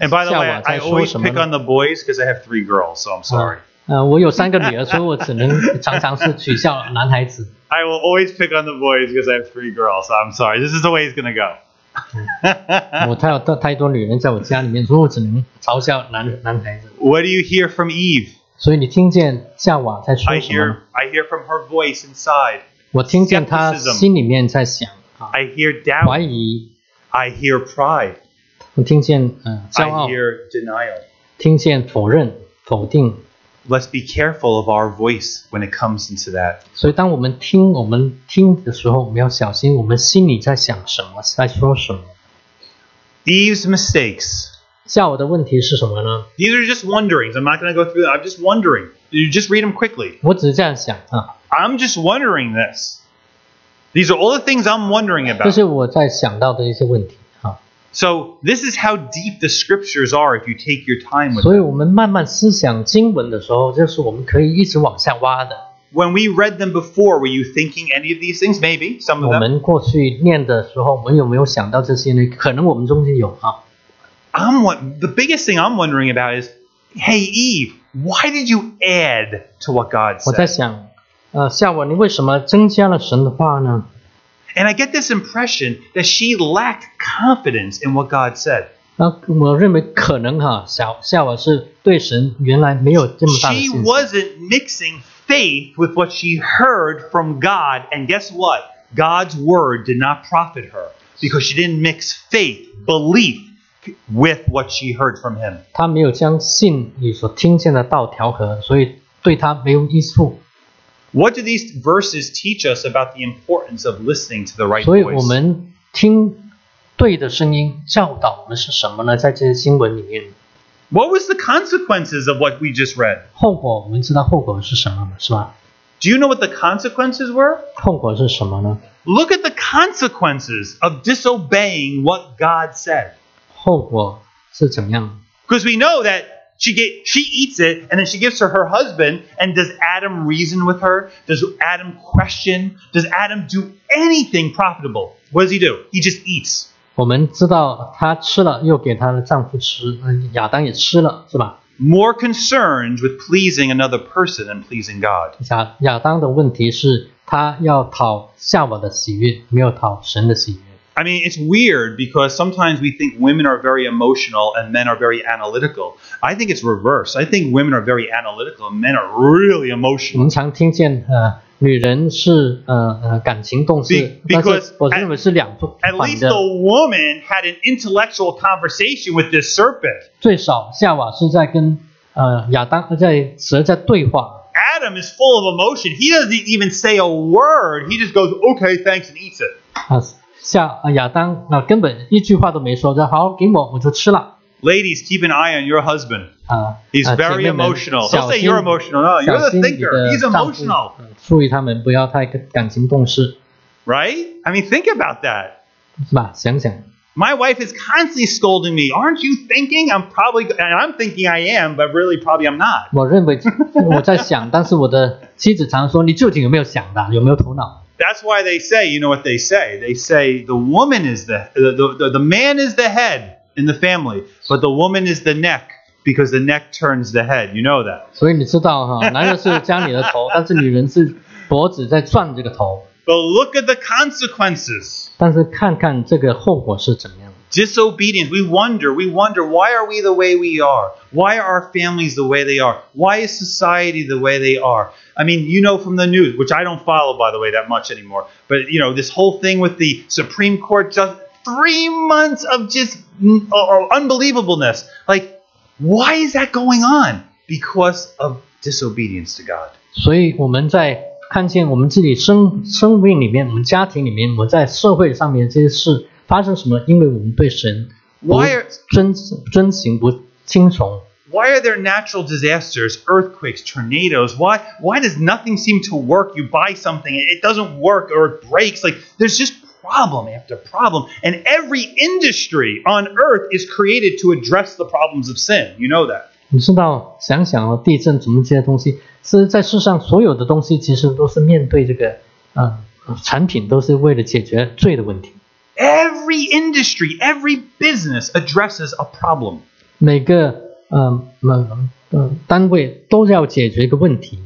Speaker 1: And by the way,
Speaker 2: Siawa,
Speaker 1: I
Speaker 2: tai
Speaker 1: always
Speaker 2: shuo
Speaker 1: pick
Speaker 2: shenme ne?
Speaker 1: on the boys because I have three girls, so I'm sorry.
Speaker 2: 呃，我有三个女儿，所以我只能常常是取笑男孩子。
Speaker 1: I will always pick on the boys because I have three girls, so I'm sorry. This is the way it's gonna go.
Speaker 2: 我太有太太多女人在我家里面，所以我只能嘲笑男男孩子。
Speaker 1: What do you hear from Eve?
Speaker 2: 所以你听见夏娃在说
Speaker 1: I
Speaker 2: 什么？
Speaker 1: hear I hear from her voice inside.
Speaker 2: 我听见她
Speaker 1: skepticism
Speaker 2: 心里面在想啊，
Speaker 1: I hear
Speaker 2: 怀
Speaker 1: doubt.
Speaker 2: 疑。
Speaker 1: I hear pride.
Speaker 2: 我听见呃骄
Speaker 1: I
Speaker 2: 傲，
Speaker 1: hear denial.
Speaker 2: 听见否认、否定。
Speaker 1: Let's be careful of our voice when it comes into that.
Speaker 2: 所以当我们听我们听的时候，我们要小心，我们心里在想什么，在说什么。
Speaker 1: Eve's mistakes.
Speaker 2: 夏娃的问题是什么呢？
Speaker 1: These are just wonderings. I'm not going to go through them. I'm just wondering. You just read them quickly.
Speaker 2: 我只是这样想啊，
Speaker 1: I'm just wondering this. These are all the things I'm wondering
Speaker 2: 这
Speaker 1: about.
Speaker 2: 是我在想到的一些问题啊。
Speaker 1: So this is how deep the scriptures are if you take your time with
Speaker 2: 所以
Speaker 1: them.
Speaker 2: 我们慢慢思想经文的时候，就是我们可以一直往下挖的。
Speaker 1: When we read them before, were you thinking any of these things? Maybe some
Speaker 2: 我
Speaker 1: of them.
Speaker 2: 们过去念的时候，我们有没有想到这些呢？可能我们中间有啊。
Speaker 1: I'm what the biggest thing I'm wondering about is, hey Eve, why did you add to what God
Speaker 2: 我在
Speaker 1: said?
Speaker 2: 想，呃，夏娃，你为什么增加了神的话呢？
Speaker 1: And I get this impression that she lacked confidence in what God said.
Speaker 2: 那呃我认为可能哈、夏夏娃是对神原来没有这么大的
Speaker 1: She
Speaker 2: 信心。
Speaker 1: wasn't mixing faith with what she heard from God, and guess what? God's word did not profit her because she didn't mix faith, belief, with what she heard from Him.
Speaker 2: 他没有将信与所听见的道调和，所以对他没有益处。
Speaker 1: What do these verses teach us about the importance of listening to the right
Speaker 2: 所以我
Speaker 1: voice?
Speaker 2: 们听对的声音教导我们是什么呢？在这些经文里面，
Speaker 1: What was the consequences of what we just read?
Speaker 2: 后果我们知道后果是什么了，是吧？
Speaker 1: Do you know what the consequences were?
Speaker 2: 后果是什么呢？
Speaker 1: Look at the consequences of disobeying what God said.
Speaker 2: 后果是怎样？
Speaker 1: Because we know that She get she eats it and then she gives to her husband. And does Adam reason with her? Does Adam question? Does Adam do anything profitable? What does he do? He just eats.
Speaker 2: 我们知道她吃了，又给她的丈夫吃，嗯亚当也吃了，是吧？
Speaker 1: More concerned with pleasing another person than pleasing God.
Speaker 2: 亚亚当的问题是，他要讨夏娃的喜悦，没有讨神的喜悦。
Speaker 1: I mean, it's weird because sometimes we think women are very emotional and men are very analytical. I think it's reverse. I think women are very analytical and men are really
Speaker 2: 我
Speaker 1: emotional.
Speaker 2: 们常听见呃，女人是呃呃感情动事
Speaker 1: Be-
Speaker 2: 但
Speaker 1: because
Speaker 2: 是我
Speaker 1: at-
Speaker 2: 认为是两种
Speaker 1: At
Speaker 2: 反
Speaker 1: least
Speaker 2: 的
Speaker 1: the。woman had an intellectual conversation with this serpent.
Speaker 2: 最少夏娃是在跟呃亚当在蛇在对话，
Speaker 1: Adam is full of emotion. He doesn't even say a word. He just goes, okay, thanks, and eats it.
Speaker 2: 啊，夏啊亚当啊、根本一句话都没说，就好给我我就吃了
Speaker 1: Ladies, keep an eye on your husband.
Speaker 2: 啊。
Speaker 1: He's
Speaker 2: 啊
Speaker 1: very
Speaker 2: 姐妹们
Speaker 1: emotional.
Speaker 2: 小
Speaker 1: Don't
Speaker 2: 心
Speaker 1: say you're emotional. No,
Speaker 2: 小
Speaker 1: you're
Speaker 2: 心
Speaker 1: the
Speaker 2: 你
Speaker 1: thinker.
Speaker 2: 的
Speaker 1: He's
Speaker 2: 丈夫，
Speaker 1: emotional,
Speaker 2: 嗯注意他们不要太感情动事，
Speaker 1: right? I mean, think about that.
Speaker 2: 是吧？想想
Speaker 1: My wife is constantly scolding me. Aren't you thinking? I'm probably, and I'm thinking I am, but really, probably I'm not.
Speaker 2: 我认为我在想，但是我的妻子常说：“你究竟有没有想的？有没有头脑
Speaker 1: That's why they say, you know what they say? They say the woman is the the, the, the, the man is the head in the family, but the woman is the neck because the neck turns the head. You know that.？”
Speaker 2: 所以你知道 哈，男人是将你的头， 但是女人是脖子在转这个头。
Speaker 1: But look at the consequences.
Speaker 2: 但是看看这个后果是怎么样的。
Speaker 1: Disobedience. We wonder, we wonder, why are we the way we are? Why are our families the way they are? Why is society the way they are? I mean, you know from the news, which I don't follow, by the way, that much anymore, but you know, this whole thing with the Supreme Court just three months of just mm, uh, uh, unbelievableness. Like, why is that going on? Because of disobedience to God.
Speaker 2: 所以我们在看见我们自己生生命里面，我们家庭里面，我们在社会上面这些事发生什么？因为我们对神不
Speaker 1: Why are,
Speaker 2: 遵遵行不听从。
Speaker 1: Why are there natural disasters, earthquakes, tornadoes? Why why does nothing seem to work? You buy something, it doesn't work or it breaks. Like there's just problem after problem. And every industry on earth is created to address the problems of sin. You know that.
Speaker 2: 你知道，想想哦，地震什么这些东西，是在世上所有的东西，其实都是面对这个，呃，产品都是为了解决罪的问题。
Speaker 1: Every industry, every business addresses a problem.
Speaker 2: 每个，呃，呃，呃，单位都要解决一个问题，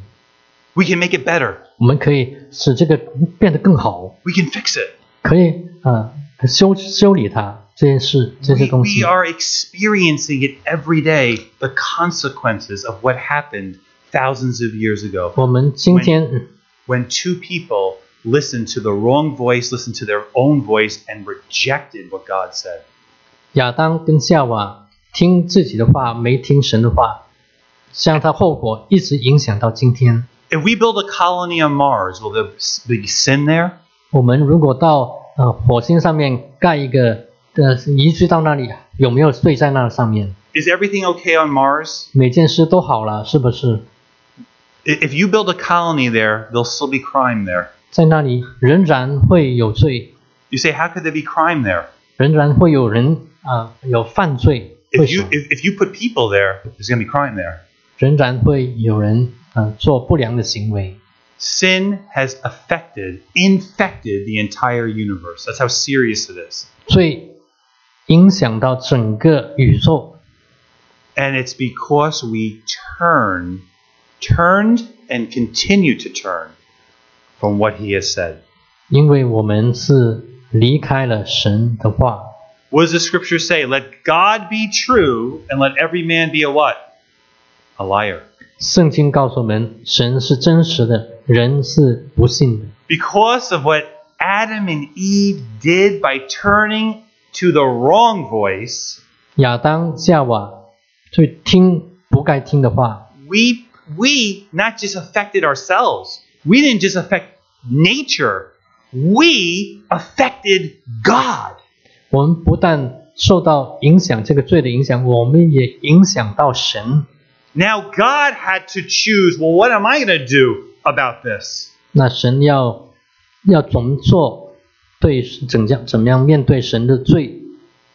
Speaker 1: We can make it better.
Speaker 2: 我们可以使这个变得更好，
Speaker 1: We can fix it.
Speaker 2: 可以，呃，修修理它这些事，这些
Speaker 1: We,
Speaker 2: 东
Speaker 1: we
Speaker 2: 西。
Speaker 1: are experiencing it every day, the consequences of what happened thousands of years ago.
Speaker 2: 我们今天嗯
Speaker 1: when two people listened to the wrong voice, listened to their own voice, and rejected what God said.
Speaker 2: 亚当跟夏娃听自己的话，没听神的话，像它后果一直影响到今天。
Speaker 1: If we build a colony on Mars, will there be sin there?
Speaker 2: 我们如果到呃火星上面盖一个呃移居到那里，有没有睡在那上面？
Speaker 1: Is everything okay on Mars?
Speaker 2: 每件事都好了，是不是？
Speaker 1: I- If you build a colony there, there'll still be crime there.
Speaker 2: 在那里仍然会有罪，
Speaker 1: You say, how could there be crime there?
Speaker 2: 仍然会有人啊、呃有犯罪，
Speaker 1: If
Speaker 2: 为什
Speaker 1: you
Speaker 2: 么？
Speaker 1: if, if you put people there, there's going to be crime there.
Speaker 2: 仍然会有人啊、呃做不良的行为。
Speaker 1: Sin has affected, infected the entire universe. That's how serious it is.
Speaker 2: 最影响到整个宇宙，
Speaker 1: And it's because we turn, turned, and continue to turn from what he has said.
Speaker 2: 因为我们是离开了神的话。
Speaker 1: What does the scripture say? Let God be true and let every man be a what? A liar.
Speaker 2: 圣经告诉我们，神是真实的，人是不信的。
Speaker 1: Because of what Adam and Eve did by turning to the wrong voice,
Speaker 2: 亚当夏娃去听不该听的话，
Speaker 1: we we not just affected ourselves. We didn't just affect nature. We affected God.
Speaker 2: 我们不但受到影响，这个罪的影响，我们也影响到神。
Speaker 1: Now God had to choose, well, what am I going to do about this?
Speaker 2: 那神要要怎么做？对，怎样怎么样面对神的罪？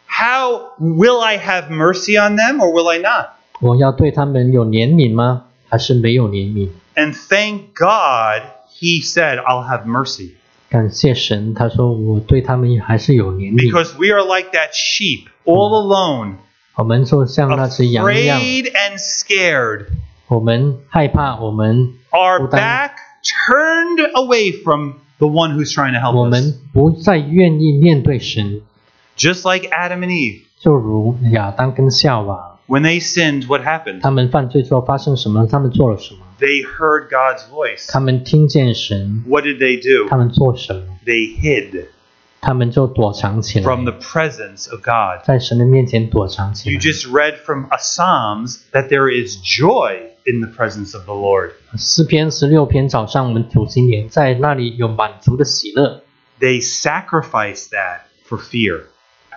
Speaker 1: How will I have mercy on them or will I not?
Speaker 2: 我要对他们有怜悯吗？还是没有怜悯？
Speaker 1: And thank God he said, I'll have mercy.
Speaker 2: 感谢神，他说我对他们还是有怜悯。
Speaker 1: Because we are like that sheep, all alone,
Speaker 2: 我们就像那只羊一样，
Speaker 1: afraid and scared,
Speaker 2: 我们害怕，我们
Speaker 1: our
Speaker 2: Well, then-
Speaker 1: back turned away from the one who's trying to help
Speaker 2: 我
Speaker 1: us.
Speaker 2: 们不再愿意面对神，
Speaker 1: Just like Adam and Eve,
Speaker 2: 就如亚当跟夏娃，
Speaker 1: when they sinned, what happened?
Speaker 2: 他们犯罪之后发生什么？他们做了什么？
Speaker 1: They heard God's voice.
Speaker 2: 他们听见神，
Speaker 1: What did they do?
Speaker 2: 他们做什么？
Speaker 1: They hid
Speaker 2: 他们就躲藏起来，
Speaker 1: from the presence of God.
Speaker 2: 在神的面前躲藏起
Speaker 1: You
Speaker 2: 来。
Speaker 1: just read from a Psalms that there is joy in the presence of the Lord.
Speaker 2: 诗篇十六篇早上，我们主今年在那里有满足的喜乐，
Speaker 1: They sacrificed that for fear.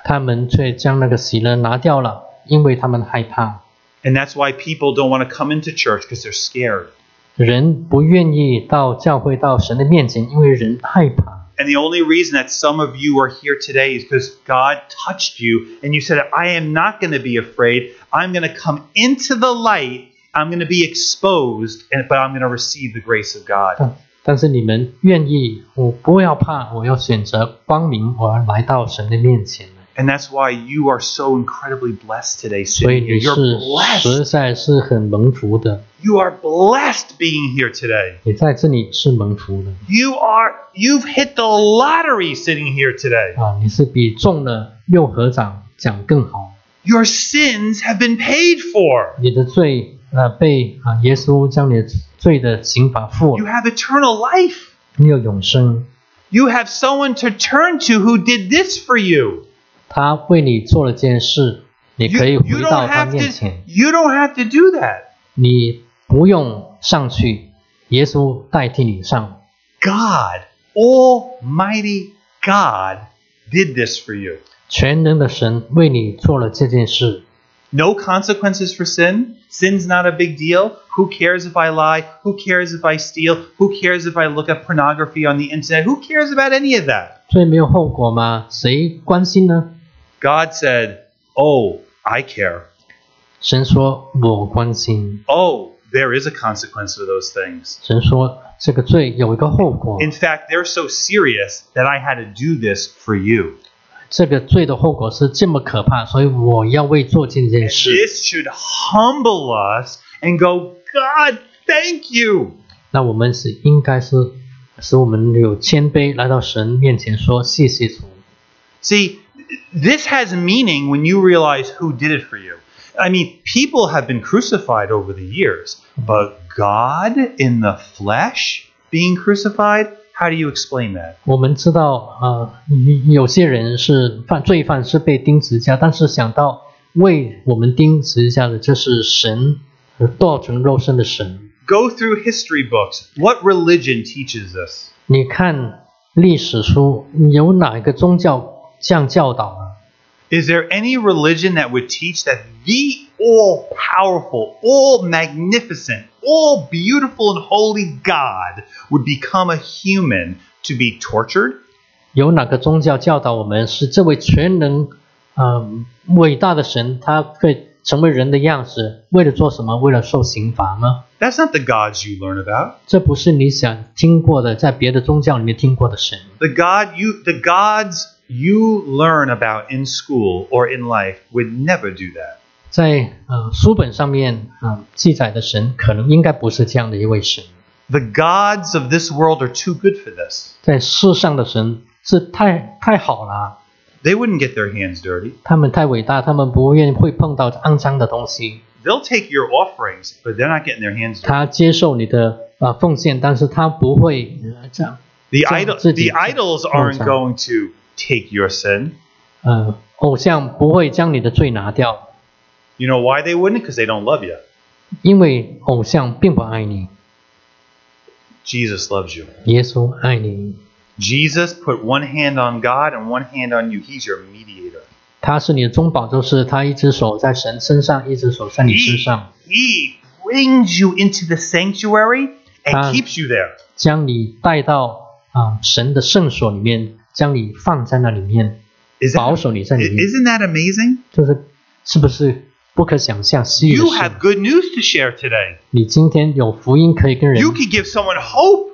Speaker 2: 他们却将那个喜乐拿掉了，因为他们害怕。
Speaker 1: And that's why people don't want to come into church because they're scared.
Speaker 2: 人不愿意到教会到神的面前，因为人害怕。
Speaker 1: And the only reason that some of you are here today is because God touched you and you said, I am not going to be afraid. I'm going to come into the light. I'm going to be exposed, and, but I'm going to receive the grace of God.
Speaker 2: 但但是你们愿意，我不要怕，我要选择光明，我要来到神的面前。
Speaker 1: And that's why you are so incredibly blessed today,
Speaker 2: 所以
Speaker 1: sitting here.
Speaker 2: 你
Speaker 1: You're
Speaker 2: 是
Speaker 1: blessed.
Speaker 2: 实在是很蒙福的，
Speaker 1: You are blessed being here today.
Speaker 2: 你在这里是蒙福的
Speaker 1: You are you've hit the lottery sitting here today.
Speaker 2: 啊！你是比中了六合奖奖更好。
Speaker 1: Your sins have been paid for.
Speaker 2: 你的罪呃被啊耶稣将你的罪的刑罚付
Speaker 1: You
Speaker 2: 了，
Speaker 1: have eternal life.
Speaker 2: 你有永生，
Speaker 1: You have someone to turn to who did this for you.
Speaker 2: 他为你做了件事，你
Speaker 1: You,
Speaker 2: 可以
Speaker 1: you
Speaker 2: 回到
Speaker 1: don't
Speaker 2: 他
Speaker 1: have
Speaker 2: 面
Speaker 1: to,
Speaker 2: 前，
Speaker 1: you don't have to do that.
Speaker 2: 你不用上去，耶稣代替你上。
Speaker 1: God, Almighty God, did this for you.
Speaker 2: 全能的神为你做了这件事，
Speaker 1: No consequences for sin. Sin's not a big deal. Who cares if I lie? Who cares if I steal? Who cares if I look up pornography on the internet? Who cares about any of that?
Speaker 2: 罪没有后果吗？谁关心呢？
Speaker 1: God said, Oh, I care.
Speaker 2: 神说：“我关心。
Speaker 1: Oh, there is a consequence for those things. ”
Speaker 2: 神说：“这个罪有一个后果，
Speaker 1: In fact, they're so serious that I had to do this for you.
Speaker 2: 这个罪的后果是这么可怕，所以我要为做这
Speaker 1: And
Speaker 2: 件事。”
Speaker 1: This should humble us and go, God, thank you.
Speaker 2: 那我们是应该是使我们有谦卑来到神面前说谢谢主。
Speaker 1: See, this has meaning when you realize who did it for you. I mean, people have been crucified over the years, but God in the flesh being crucified, how do you explain that?
Speaker 2: 我们知道啊、呃，有些人是犯罪犯是被钉十字架，但是想到为我们钉十字架的这是神，呃道成肉身的神。
Speaker 1: Go through history books. What religion teaches this?
Speaker 2: 你看历史书，有哪一个宗教这样教导啊？
Speaker 1: Is there any religion that would teach that the all powerful, all magnificent, all beautiful and holy God would become a human to be tortured?
Speaker 2: 有哪个宗教教导我们是这位全能、嗯、伟大的神，他会成为人的样子，为了做什么？为了受刑罚吗？
Speaker 1: That's not the gods you learn about.
Speaker 2: 这不是你想听过的，在别的宗教里面听过的神。
Speaker 1: The god you the gods you learn about in school or in life would never do that.
Speaker 2: 在呃书本上面啊、呃记载的神，可能应该不是这样的一位神。
Speaker 1: The gods of this world are too good for this.
Speaker 2: 在世上的神是太太好了，
Speaker 1: They wouldn't get their hands dirty.
Speaker 2: 他们太伟大，他们不愿意会碰到肮脏的东西。
Speaker 1: They'll take your offerings, but they're not getting their hands dirty.
Speaker 2: 他接受你的啊、呃奉献，但是他不会、呃、这样
Speaker 1: The
Speaker 2: So,
Speaker 1: idol,
Speaker 2: so
Speaker 1: the
Speaker 2: the-
Speaker 1: idols
Speaker 2: so
Speaker 1: aren't
Speaker 2: so.
Speaker 1: going to take your sin.
Speaker 2: 呃，偶像不会将你的罪拿掉，
Speaker 1: You know why they wouldn't? Because they don't love you.
Speaker 2: 因为偶像并不爱你，
Speaker 1: Jesus loves you.
Speaker 2: 耶稣爱你，
Speaker 1: Jesus put one hand on God and one hand on you. He's your mediator.
Speaker 2: 他是你的中保，就是他一只手在神身上，一只手在你身
Speaker 1: He,
Speaker 2: 上，
Speaker 1: he brings you into the sanctuary and
Speaker 2: Ah.
Speaker 1: keeps you there.
Speaker 2: 将你带到啊、神的圣所里面，将你放在那里面，
Speaker 1: Is
Speaker 2: 保
Speaker 1: that,
Speaker 2: 守你在里面，
Speaker 1: 嗯 isn't that amazing?
Speaker 2: 就是是不是不可想象吸引的
Speaker 1: You
Speaker 2: 是
Speaker 1: have good news to share today.
Speaker 2: 你今天有福音可以跟人，
Speaker 1: You can give someone hope.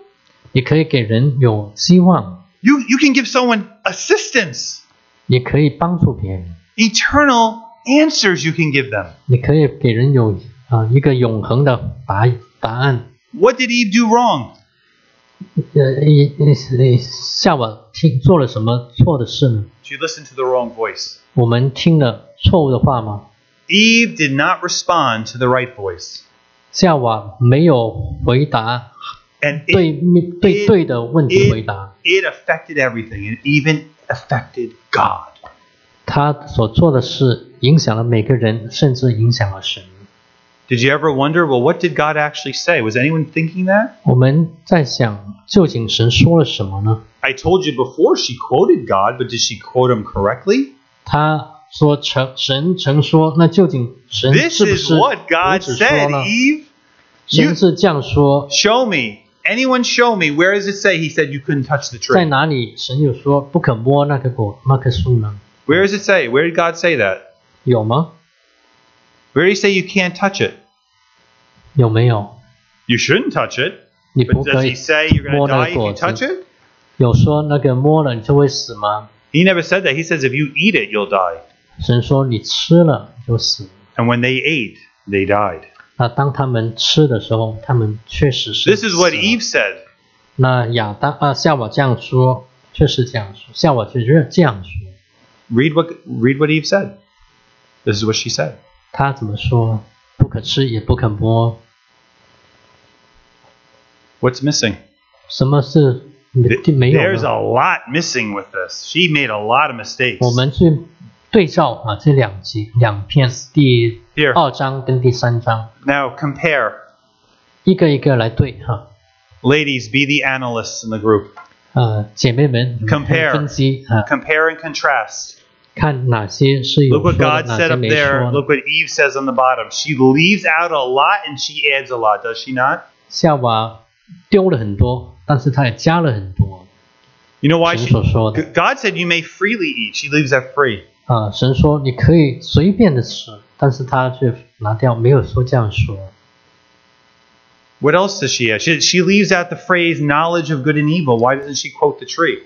Speaker 2: 也可以给人有希望，
Speaker 1: You, you can give someone assistance,
Speaker 2: 也可以帮助别人，
Speaker 1: eternal answers you can give them.
Speaker 2: 也可以给人有啊、一个永恒的答答案。
Speaker 1: What did Eve do wrong?
Speaker 2: 呃，一一夏娃听做了什么错的事呢？
Speaker 1: She listened to the wrong voice.
Speaker 2: 我们听了错误的话吗？
Speaker 1: Eve did not respond to the right voice.
Speaker 2: 夏娃没有回答
Speaker 1: And it,
Speaker 2: 对面对对的问题回答，
Speaker 1: it affected everything. It even affected God.
Speaker 2: 她所做的事影响了每个人，甚至影响了神。
Speaker 1: Did you ever wonder, well, what did God actually say? Was anyone thinking that?
Speaker 2: 我们在想，究竟神说了什么呢？
Speaker 1: I told you before she quoted God, but did she quote him correctly?
Speaker 2: 他说曾神曾说，那究竟神
Speaker 1: This
Speaker 2: 是不
Speaker 1: is
Speaker 2: 是
Speaker 1: what
Speaker 2: 我
Speaker 1: God
Speaker 2: 只说
Speaker 1: said,
Speaker 2: 呢？
Speaker 1: Eve.
Speaker 2: 神是这样说，
Speaker 1: Show me. Anyone show me. Where does it say he said you couldn't touch the
Speaker 2: 在
Speaker 1: tree?
Speaker 2: 哪里神有说不可摸那个果那棵树呢？
Speaker 1: Where does it say? Where did God say that?
Speaker 2: 有吗？
Speaker 1: Where did he say you can't touch it?
Speaker 2: 有没有？
Speaker 1: You shouldn't touch it.
Speaker 2: 你
Speaker 1: But
Speaker 2: 不
Speaker 1: does
Speaker 2: 可
Speaker 1: he
Speaker 2: 以
Speaker 1: say you're going to
Speaker 2: 摸
Speaker 1: die
Speaker 2: 那个
Speaker 1: if you
Speaker 2: 果
Speaker 1: touch
Speaker 2: 子？
Speaker 1: it?
Speaker 2: 有说那个摸了你就会死吗？
Speaker 1: He never said that. He says if you eat it, you'll die.
Speaker 2: 神说你吃了就死。
Speaker 1: And when they ate, they died.
Speaker 2: 那当他们吃的时候，他们确实是
Speaker 1: This is what
Speaker 2: 死了
Speaker 1: Eve said.
Speaker 2: 那亚当啊，夏娃这样说，确实这样说，夏娃确实这样说。
Speaker 1: Read what read what Eve said. This is what she said.
Speaker 2: 他怎么说？不可吃，也不可摸。
Speaker 1: What's missing?
Speaker 2: 什么是没
Speaker 1: Th-
Speaker 2: 有
Speaker 1: There's a
Speaker 2: 呢？
Speaker 1: lot missing with this. She made a lot of mistakes.
Speaker 2: 我们去对照啊这两集两篇，第
Speaker 1: Here,
Speaker 2: 二章跟第三章，
Speaker 1: now compare.
Speaker 2: 一个一个来对哈。
Speaker 1: Ladies, be the analysts in the group.
Speaker 2: 呃，姐妹们，你们可以
Speaker 1: Compare
Speaker 2: 分析啊，
Speaker 1: Compare and contrast.
Speaker 2: 看哪些是有
Speaker 1: Look
Speaker 2: 说
Speaker 1: what God
Speaker 2: 的，哪
Speaker 1: said
Speaker 2: 些
Speaker 1: up
Speaker 2: 没
Speaker 1: there.
Speaker 2: 说
Speaker 1: Look
Speaker 2: 的。
Speaker 1: what Eve says on the bottom. She leaves out a lot and she adds a lot, does she not?
Speaker 2: 夏娃丢了很多，但是她也加了很多。
Speaker 1: You know why
Speaker 2: 神
Speaker 1: she
Speaker 2: 所说的
Speaker 1: G- God said you may freely eat. She leaves that free.
Speaker 2: 啊，神说你可以随便的吃，但是他却拿掉，没有说这样说。
Speaker 1: What else does she add? She, she leaves out the phrase knowledge of good and evil. Why doesn't she quote the tree?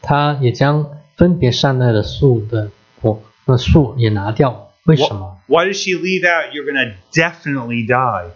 Speaker 2: 他也将分别善恶的树的果，那树也拿掉。为什
Speaker 1: Wh-
Speaker 2: 么？
Speaker 1: Why does she leave out you're going to definitely die?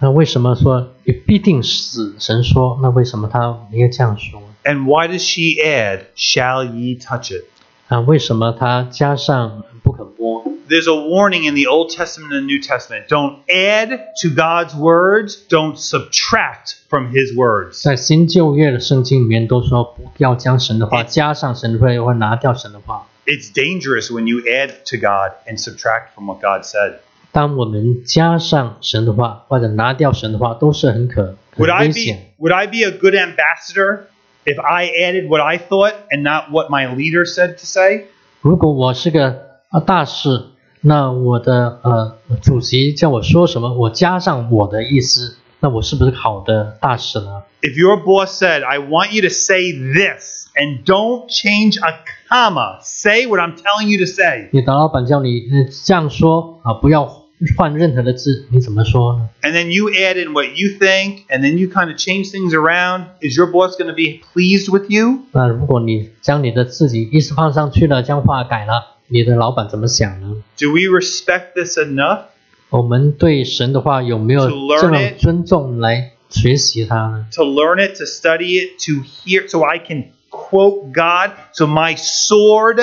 Speaker 2: 那为什么说你必定死？神说，那为什么他没有这样说？
Speaker 1: And why does she add, shall ye touch it?
Speaker 2: 啊，为什么他加上不可摸？
Speaker 1: There's a warning in the Old Testament and New Testament. Don't add to God's words, don't subtract from his words.
Speaker 2: 在新旧约的圣经里面都说不要将神的话加上神的话，或拿掉神的话。
Speaker 1: It's dangerous when you add to God and subtract from what God said.
Speaker 2: 当我们加上神的话，或者拿掉神的话，都是很可很
Speaker 1: Would I
Speaker 2: 危
Speaker 1: be
Speaker 2: 险。
Speaker 1: would I be a good ambassador if I added what I thought and not what my leader said to say?
Speaker 2: 如果我是个啊大事，那我的呃主席叫我说什么，我加上我的意思，那我是不是好的大使呢？
Speaker 1: If your boss said, "I want you to say this and don't change a comma. Say what I'm telling you to say."
Speaker 2: 你的老板叫你呃这样说啊，不要换任何的字，你怎么说呢？
Speaker 1: and then you add in what you think, and then you kind of change things around, is your boss going to be pleased with you?
Speaker 2: 那如果你将你的自己意思放上去了，将话改了，你的老板怎么想呢？
Speaker 1: Do we respect this enough
Speaker 2: 我们对神的话有没有
Speaker 1: To learn
Speaker 2: 这种
Speaker 1: it
Speaker 2: 尊重来学习它呢？
Speaker 1: to learn it, to study it, to hear, so I can quote God, so my sword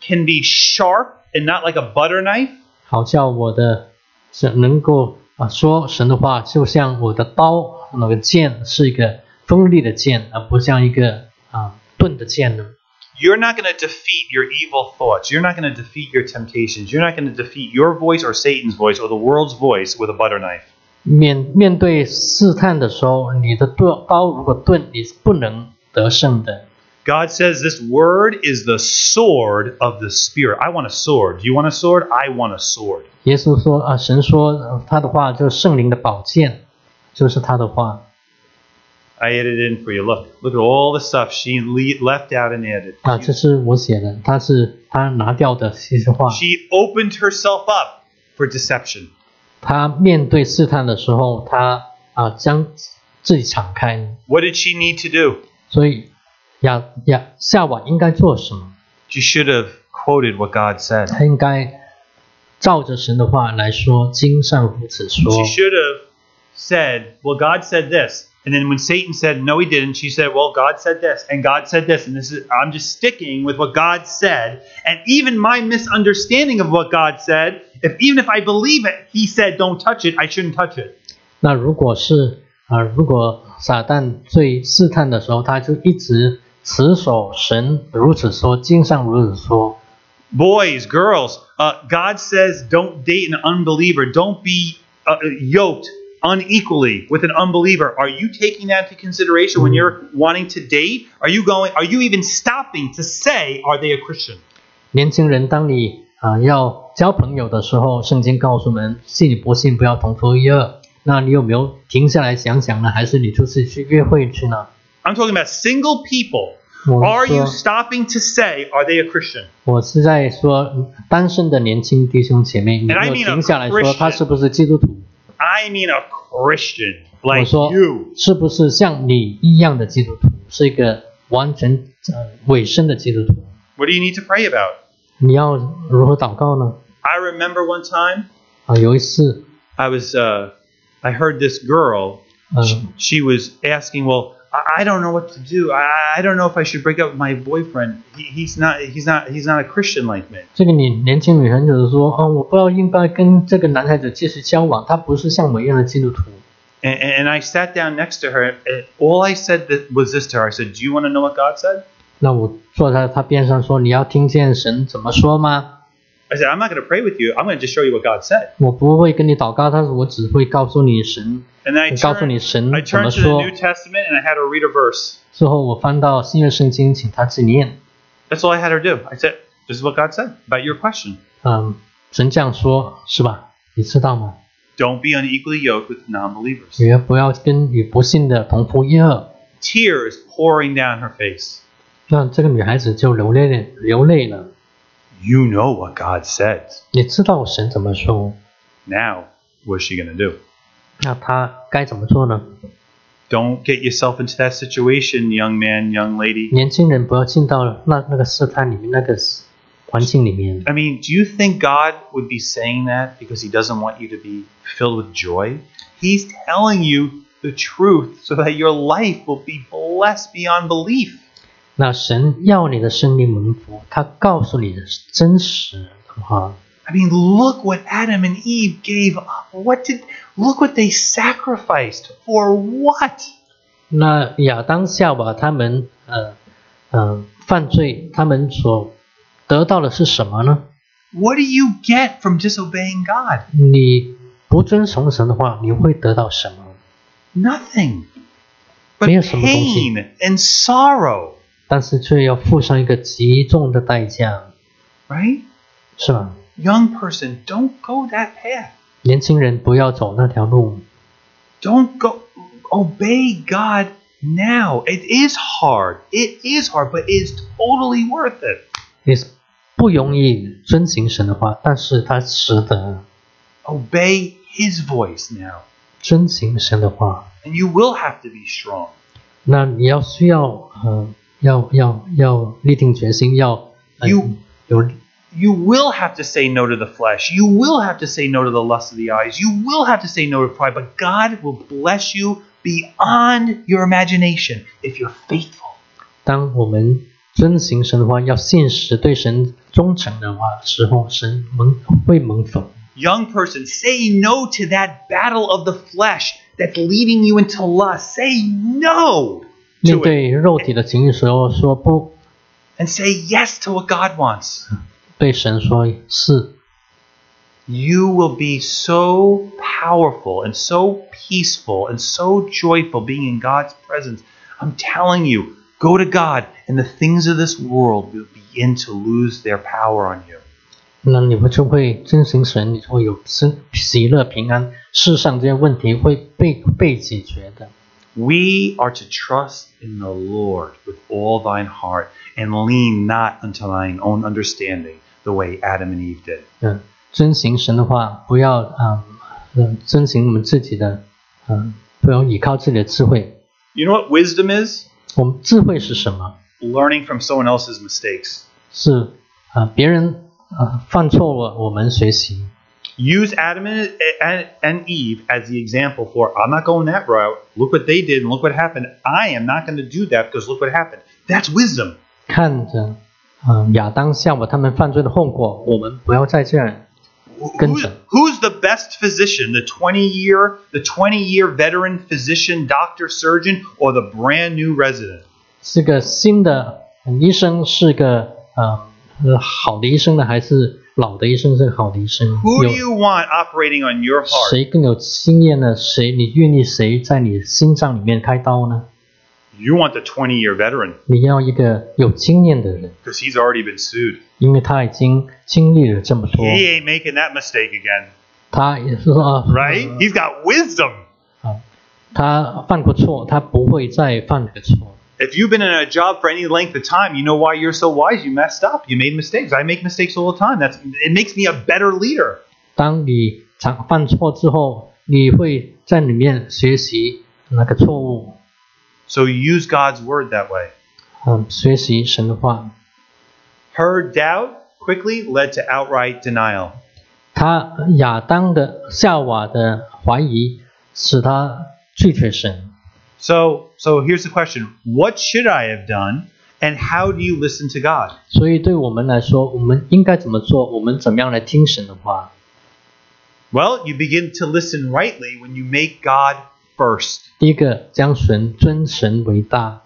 Speaker 1: can be sharp and not like a butter knife?
Speaker 2: 好叫我的神能够啊说神的话，就像我的刀那个剑是一个锋利的剑，而不像一个啊钝的剑呢。
Speaker 1: You're not going to defeat your evil thoughts. You're not going to defeat your temptations. You're not going to defeat your voice or Satan's voice or the world's voice with a butter knife.
Speaker 2: 面面对试探的时候，你的盾刀如果啊钝，你是不能啊得胜的。
Speaker 1: God says this word is the sword of the Spirit. I want a sword. Do you want a sword? I want a sword.
Speaker 2: 耶稣说啊，神说、呃他的话就是圣灵的宝剑，就是他的话。
Speaker 1: I added in for you. Look, look at all the stuff she le- left out and added.
Speaker 2: 啊，这是我写的，他是他拿掉的这些话，
Speaker 1: She opened herself up. for deception.
Speaker 2: 他面对试探的时候，他啊将自己敞开，
Speaker 1: What did she need to do?
Speaker 2: 所以亚亚夏娃应该做什么？
Speaker 1: She should have quoted what God said.
Speaker 2: 他应该照着神的话来说，经上如此说。
Speaker 1: She should have said, Well, God said this. And then when Satan said, No, he didn't, she said, Well, God said this, and God said this, and this is I'm just sticking with what God said. And even my misunderstanding of what God said, if even if I believe it, he said don't touch it, I shouldn't touch it.
Speaker 2: 那如果是啊、呃如果撒旦最试探的时候，他就一直持守神如此说，经上如此说。
Speaker 1: Boys, girls, uh, God says don't date an unbeliever, don't be uh, uh, yoked unequally with an unbeliever. Are you taking that into consideration when you're wanting to date? Are you going are you even stopping to say are they a Christian?
Speaker 2: 年轻人，当你啊、呃要交朋友的时候，圣经告诉我们，信与不信不要同出一二。那你有没有停下来想想呢？还是你就是去约会去呢？
Speaker 1: I'm talking about single people.
Speaker 2: Well,
Speaker 1: Are you
Speaker 2: sure.
Speaker 1: stopping to say are they a Christian?
Speaker 2: 我是在说嗯单身的年轻弟兄姐妹，你
Speaker 1: And I
Speaker 2: 有
Speaker 1: mean a
Speaker 2: 停下来说
Speaker 1: Christian.
Speaker 2: 他是不是基督徒？
Speaker 1: I mean a Christian
Speaker 2: 我
Speaker 1: like
Speaker 2: 说
Speaker 1: you.
Speaker 2: 是不是像你一样的基督徒，是一个完全呃委身的基督徒？
Speaker 1: What do you need to pray about?
Speaker 2: 你要如何祷告呢？
Speaker 1: I remember one time
Speaker 2: 啊，有一次，
Speaker 1: I was uh, I heard this girl
Speaker 2: 呃，
Speaker 1: she was asking, well, I I don't know what to do. I, I don't know if I should break up with my boyfriend. He, he's not. He's not. He's not a Christian like me.
Speaker 2: 这个女年轻女生就是说，啊，我不知道应该跟这个男孩子继续交往，他不是像我一样的基督徒。
Speaker 1: And, and I sat down next to her, and all I said that was this to her. I said, "Do you want to know what God said?"
Speaker 2: 那我坐在他边上说，你要听见神怎么说吗？
Speaker 1: I said, "I'm not going to pray with you. I'm going to just show you what God said."
Speaker 2: 我不会跟你祷告，但是我只会告诉你神，
Speaker 1: And then I
Speaker 2: 告诉你
Speaker 1: turned,
Speaker 2: 神
Speaker 1: I
Speaker 2: 怎么
Speaker 1: turned to the
Speaker 2: 说。
Speaker 1: New Testament and I had her read a verse.
Speaker 2: 之后我翻到新约圣经，请他自己念。
Speaker 1: That's all I had her do. I said, "This is what God said about your question.
Speaker 2: 嗯，神这样说，是吧？你知道吗？
Speaker 1: Don't be unequally yoked with non-believers."
Speaker 2: 也不要跟与不信的同父异母。
Speaker 1: Tears pouring down her face.
Speaker 2: 那这个女孩子就流泪了，流泪了。
Speaker 1: You know what God said.
Speaker 2: 你知道神怎么说，
Speaker 1: Now, what's she going to do?
Speaker 2: 那她该怎么做呢？
Speaker 1: Don't get yourself into that situation, young man, young lady.
Speaker 2: 年轻人不要进到那那个试探里面，那个环境里面。
Speaker 1: I mean, do you think God would be saying that because he doesn't want you to be filled with joy? He's telling you the truth so that your life will be blessed beyond belief.
Speaker 2: 那神要你的生命蒙福，他告诉你的真实的话。
Speaker 1: I mean, look what Adam and Eve gave up. What did look what they sacrificed for what?
Speaker 2: 那亚当夏娃他们呃呃犯罪，他们所得到的是什么呢？
Speaker 1: What do you get from disobeying God?
Speaker 2: 你不遵从神的话，你会得到什么？
Speaker 1: Nothing. But
Speaker 2: 没有什么东西。
Speaker 1: pain and sorrow,
Speaker 2: 但是却要付上一个极重的代价，
Speaker 1: right?
Speaker 2: 是吧？
Speaker 1: young person, don't go that path.
Speaker 2: 年轻人不要走那条路，
Speaker 1: Don't go obey God now. It is hard. It is hard, but it is totally worth it.
Speaker 2: 也是不容易遵行神的话，但是他值得
Speaker 1: Obey his voice now.
Speaker 2: 遵行神的话。
Speaker 1: And you will have to be strong.
Speaker 2: 那你要需要，呃，要要要立定决心，要、呃
Speaker 1: You-
Speaker 2: 有
Speaker 1: You will have to say no to the flesh. You will have to say no to the lust of the eyes. You will have to say no to pride, but God will bless you beyond your imagination if you're faithful.
Speaker 2: 当我们遵行神的话，要信实对神忠诚的话时候，神蒙会蒙福。
Speaker 1: Young person, say no to that battle of the flesh that's leading you into lust. Say no
Speaker 2: 面
Speaker 1: to it
Speaker 2: 对肉体的情欲时候，说不
Speaker 1: and say yes to what God wants.
Speaker 2: 对神说是，
Speaker 1: You will be so powerful and so peaceful and so joyful being in God's presence. I'm telling you, go to God, and the things of this world will begin to lose their power on you.
Speaker 2: 那你们就会遵行神，你就会有生喜乐平安。世上这些问题会被被解决的。
Speaker 1: We are to trust in the Lord with all thine heart and lean not unto thine own understanding, the way Adam and Eve did.
Speaker 2: 嗯，遵行神的话，不要啊，嗯、遵行我们自己的，嗯、不要依靠自己的智慧。
Speaker 1: You know what wisdom is?
Speaker 2: 我们智慧是什么？
Speaker 1: Learning from someone else's mistakes.
Speaker 2: 是啊、别人啊、犯错了，我们学习。
Speaker 1: Use Adam and, and, and Eve as the example for I'm not going that route. Look what they did and look what happened. I am not going to do that because look what happened. That's wisdom.
Speaker 2: 看着，嗯、亚当夏娃他们犯罪的后果，我们不要再这样。
Speaker 1: Who's,
Speaker 2: Gunther.
Speaker 1: who's the best physician, the 20 year the 20 year veteran physician, doctor, surgeon, or the brand new resident?
Speaker 2: 是个新的嗯医生，是个呃呃好的医生呢，还是老的医生是个好的医生？
Speaker 1: Who do
Speaker 2: 有
Speaker 1: you want operating on your heart?
Speaker 2: 谁更有经验呢？谁你愿意谁在你心脏里面开刀呢？
Speaker 1: You want the 20 year veteran
Speaker 2: 你要一个有经验的人，
Speaker 1: because he's already been sued.
Speaker 2: 因为他已经经历了这么多，
Speaker 1: He ain't making that mistake again,
Speaker 2: 他也是说啊，
Speaker 1: right? He's got wisdom.
Speaker 2: 他犯过错，他不会再犯个错。
Speaker 1: If you've been in a job for any length of time, you know why you're so wise. You messed up. You made mistakes. I make mistakes all the time. That's it makes me a better leader.
Speaker 2: 当你常犯错之后，你会在里面学习那个错误，
Speaker 1: So use God's word that way.
Speaker 2: 嗯，学习神的话。
Speaker 1: Her doubt quickly led to outright denial.
Speaker 2: 他亚当的夏娃的怀疑，使他拒绝神。
Speaker 1: So, so here's the question: What should I have done, and how do you listen to God?
Speaker 2: 所以，对我们来说，我们应该怎么做？我们怎么样来听神的话？
Speaker 1: Well, you begin to listen rightly when you make God first.
Speaker 2: 第一个，将神尊神为大。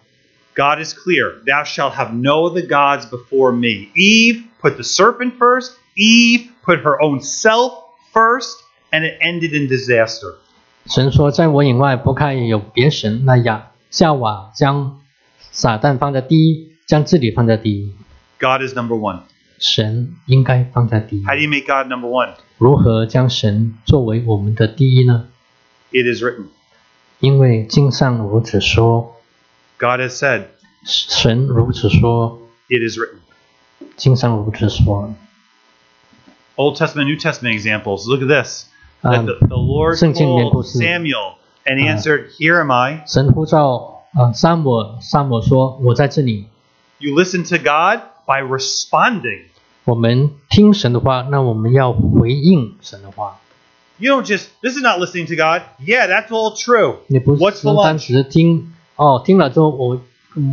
Speaker 1: God is clear: Thou shalt have no other gods before me. Eve put the serpent first. Eve put her own self first, and it ended in disaster.
Speaker 2: 神说：“在我以外，不可以有别神。”那亚夏娃将撒旦放在第一，将自己放在第一，
Speaker 1: God is number one.
Speaker 2: 神应该放在第一
Speaker 1: How。do you make God number one?
Speaker 2: 如何将神作为我们的第一呢？
Speaker 1: It is written.
Speaker 2: 因为经上如此说，
Speaker 1: God has said,
Speaker 2: 神如此说，
Speaker 1: It is written.
Speaker 2: 经上如此说。
Speaker 1: Old Testament, New Testament examples. Look at this. That
Speaker 2: 嗯
Speaker 1: the, the Lord
Speaker 2: 圣经里面
Speaker 1: called
Speaker 2: 故事。
Speaker 1: Samuel and he
Speaker 2: 啊。
Speaker 1: answered, Here am I.
Speaker 2: 神呼召啊，萨姆萨姆说：“我在这里。
Speaker 1: You listen to God by responding. ”
Speaker 2: 我们听神的话，那我们要回应神的话。
Speaker 1: You don't just, this is not listening to God. Yeah, that's all true.
Speaker 2: 你不
Speaker 1: What's
Speaker 2: 是
Speaker 1: the
Speaker 2: 单
Speaker 1: law?
Speaker 2: 只是听哦，听了之后我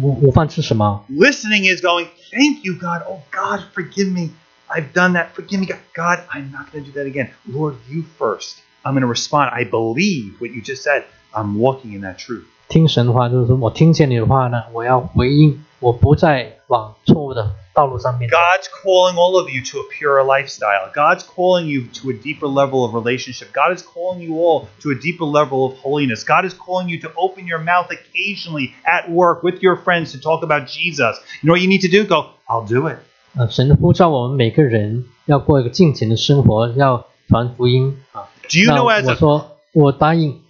Speaker 2: 我午饭吃什么？
Speaker 1: Listening is going, Thank you, God. Oh, God, forgive me. I've done that. Forgive me, God. God, I'm not going to do that again. Lord, you first. I'm going to respond. I believe what you just said. I'm walking in that truth.
Speaker 2: 听神的话就是说我听见你的话呢，我要回应，我不再往错误的道路上面走。
Speaker 1: God's calling all of you to a purer lifestyle. God's calling you to a deeper level of relationship. God is calling you all to a deeper level of holiness. God is calling you to open your mouth occasionally at work with your friends to talk about Jesus. You know what you need to do? Go, I'll do it.
Speaker 2: 呃，神呼召我们每个人要过一个敬虔的生活，要传福音啊。
Speaker 1: Do you
Speaker 2: 那
Speaker 1: know as
Speaker 2: 我
Speaker 1: a
Speaker 2: 说，我答应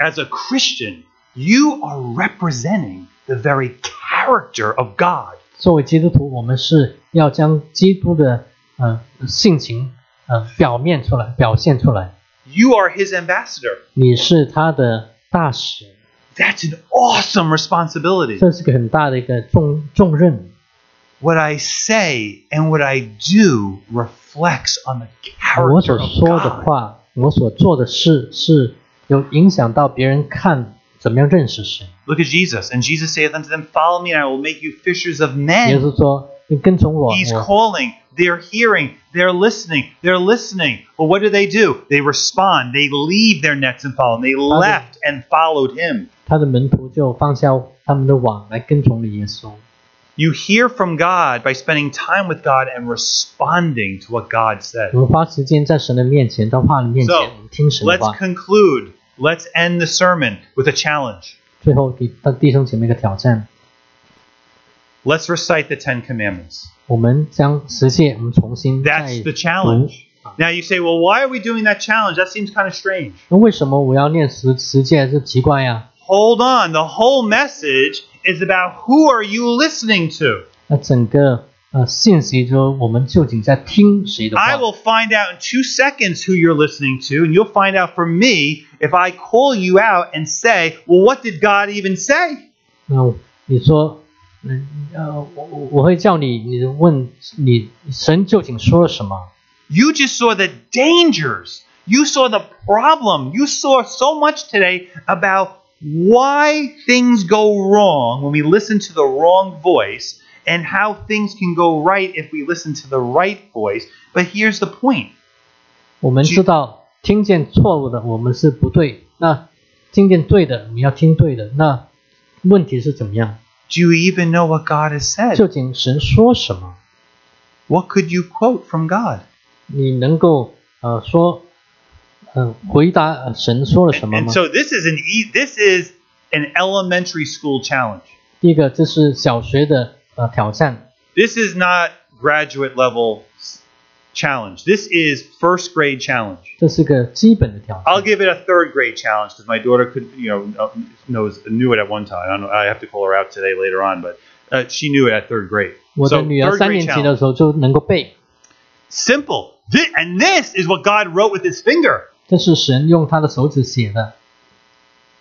Speaker 1: as a Christian, you are representing the very character of God.
Speaker 2: 作为基督徒，我们是要将基督的呃性情呃表面出来，表现出来。
Speaker 1: You are his ambassador.
Speaker 2: 你是他的大使，
Speaker 1: That's an awesome responsibility.
Speaker 2: 这是个很大的一个重重任。
Speaker 1: what I say and what I do reflects on the
Speaker 2: 我
Speaker 1: character
Speaker 2: 所
Speaker 1: of
Speaker 2: 说的
Speaker 1: God.
Speaker 2: 话，我所做的事，是有影响到别人看怎么样认识神。
Speaker 1: Look at Jesus. And Jesus saith unto them, Follow me, and I will make you fishers of
Speaker 2: 也
Speaker 1: men.
Speaker 2: 就是说，你跟从我，
Speaker 1: 嗯 He's
Speaker 2: 我
Speaker 1: calling. They're hearing. They're listening. They're listening. But what do they do? They respond. They leave their nets and follow him. They left and followed him.
Speaker 2: 他的门徒就放下他们的网来跟从了耶稣。
Speaker 1: You hear from God by spending time with God and responding to what God said.
Speaker 2: 我们花时间在神的面前，在话的面前，
Speaker 1: So，
Speaker 2: 我们听神的
Speaker 1: Let's
Speaker 2: 话。
Speaker 1: conclude. Let's end the sermon with a challenge.
Speaker 2: 最后给他弟兄姐妹一个挑战，
Speaker 1: Let's recite the Ten Commandments.
Speaker 2: 我们将十诫，我们重新再啊
Speaker 1: That's the challenge. Now you say, well, why are we doing that challenge? That seems kind of strange.
Speaker 2: 那为什么我要念十十诫是奇怪呀、
Speaker 1: Hold on. The whole message is about who are you listening to?
Speaker 2: 那整个呃信息，就是我们究竟在听谁的
Speaker 1: I
Speaker 2: 话。
Speaker 1: will find out in two seconds who you're listening to, and you'll find out from me if I call you out and say, Well, what did God even say?
Speaker 2: 那我你说，嗯呃，我我我会叫你，你问你神究竟说了什么？
Speaker 1: You just saw the dangers. You saw the problem. You saw so much today about why things go wrong when we listen to the wrong voice and how things can go right if we listen to the right voice. But here's the point
Speaker 2: 我们
Speaker 1: 其
Speaker 2: 知道听见错误的我们是不对，那听见对的你要听对的，那问题是怎么样？
Speaker 1: do you even know what God has said?
Speaker 2: 究竟神说什么？
Speaker 1: What could you quote from God?
Speaker 2: 你能够呃说，呃回答呃神说了什么
Speaker 1: And
Speaker 2: 吗？
Speaker 1: so this is an e- this is an elementary school challenge.
Speaker 2: 第一个这是小学的呃挑战，
Speaker 1: This is not graduate level s- challenge. This is first grade challenge.
Speaker 2: 这是个基本的挑
Speaker 1: I'll
Speaker 2: 战。
Speaker 1: give it a third grade challenge because my daughter could, you know, uh, knows knew it at one time. I, don't, I have to call her out today later on, but uh, she knew it at third grade.
Speaker 2: 我的
Speaker 1: So
Speaker 2: 女儿
Speaker 1: third
Speaker 2: 三
Speaker 1: grade
Speaker 2: 年级的
Speaker 1: challenge.
Speaker 2: 时候就能够背，
Speaker 1: Simple. Thi- and this is what God wrote with His finger.
Speaker 2: 这是神用他的手指写的。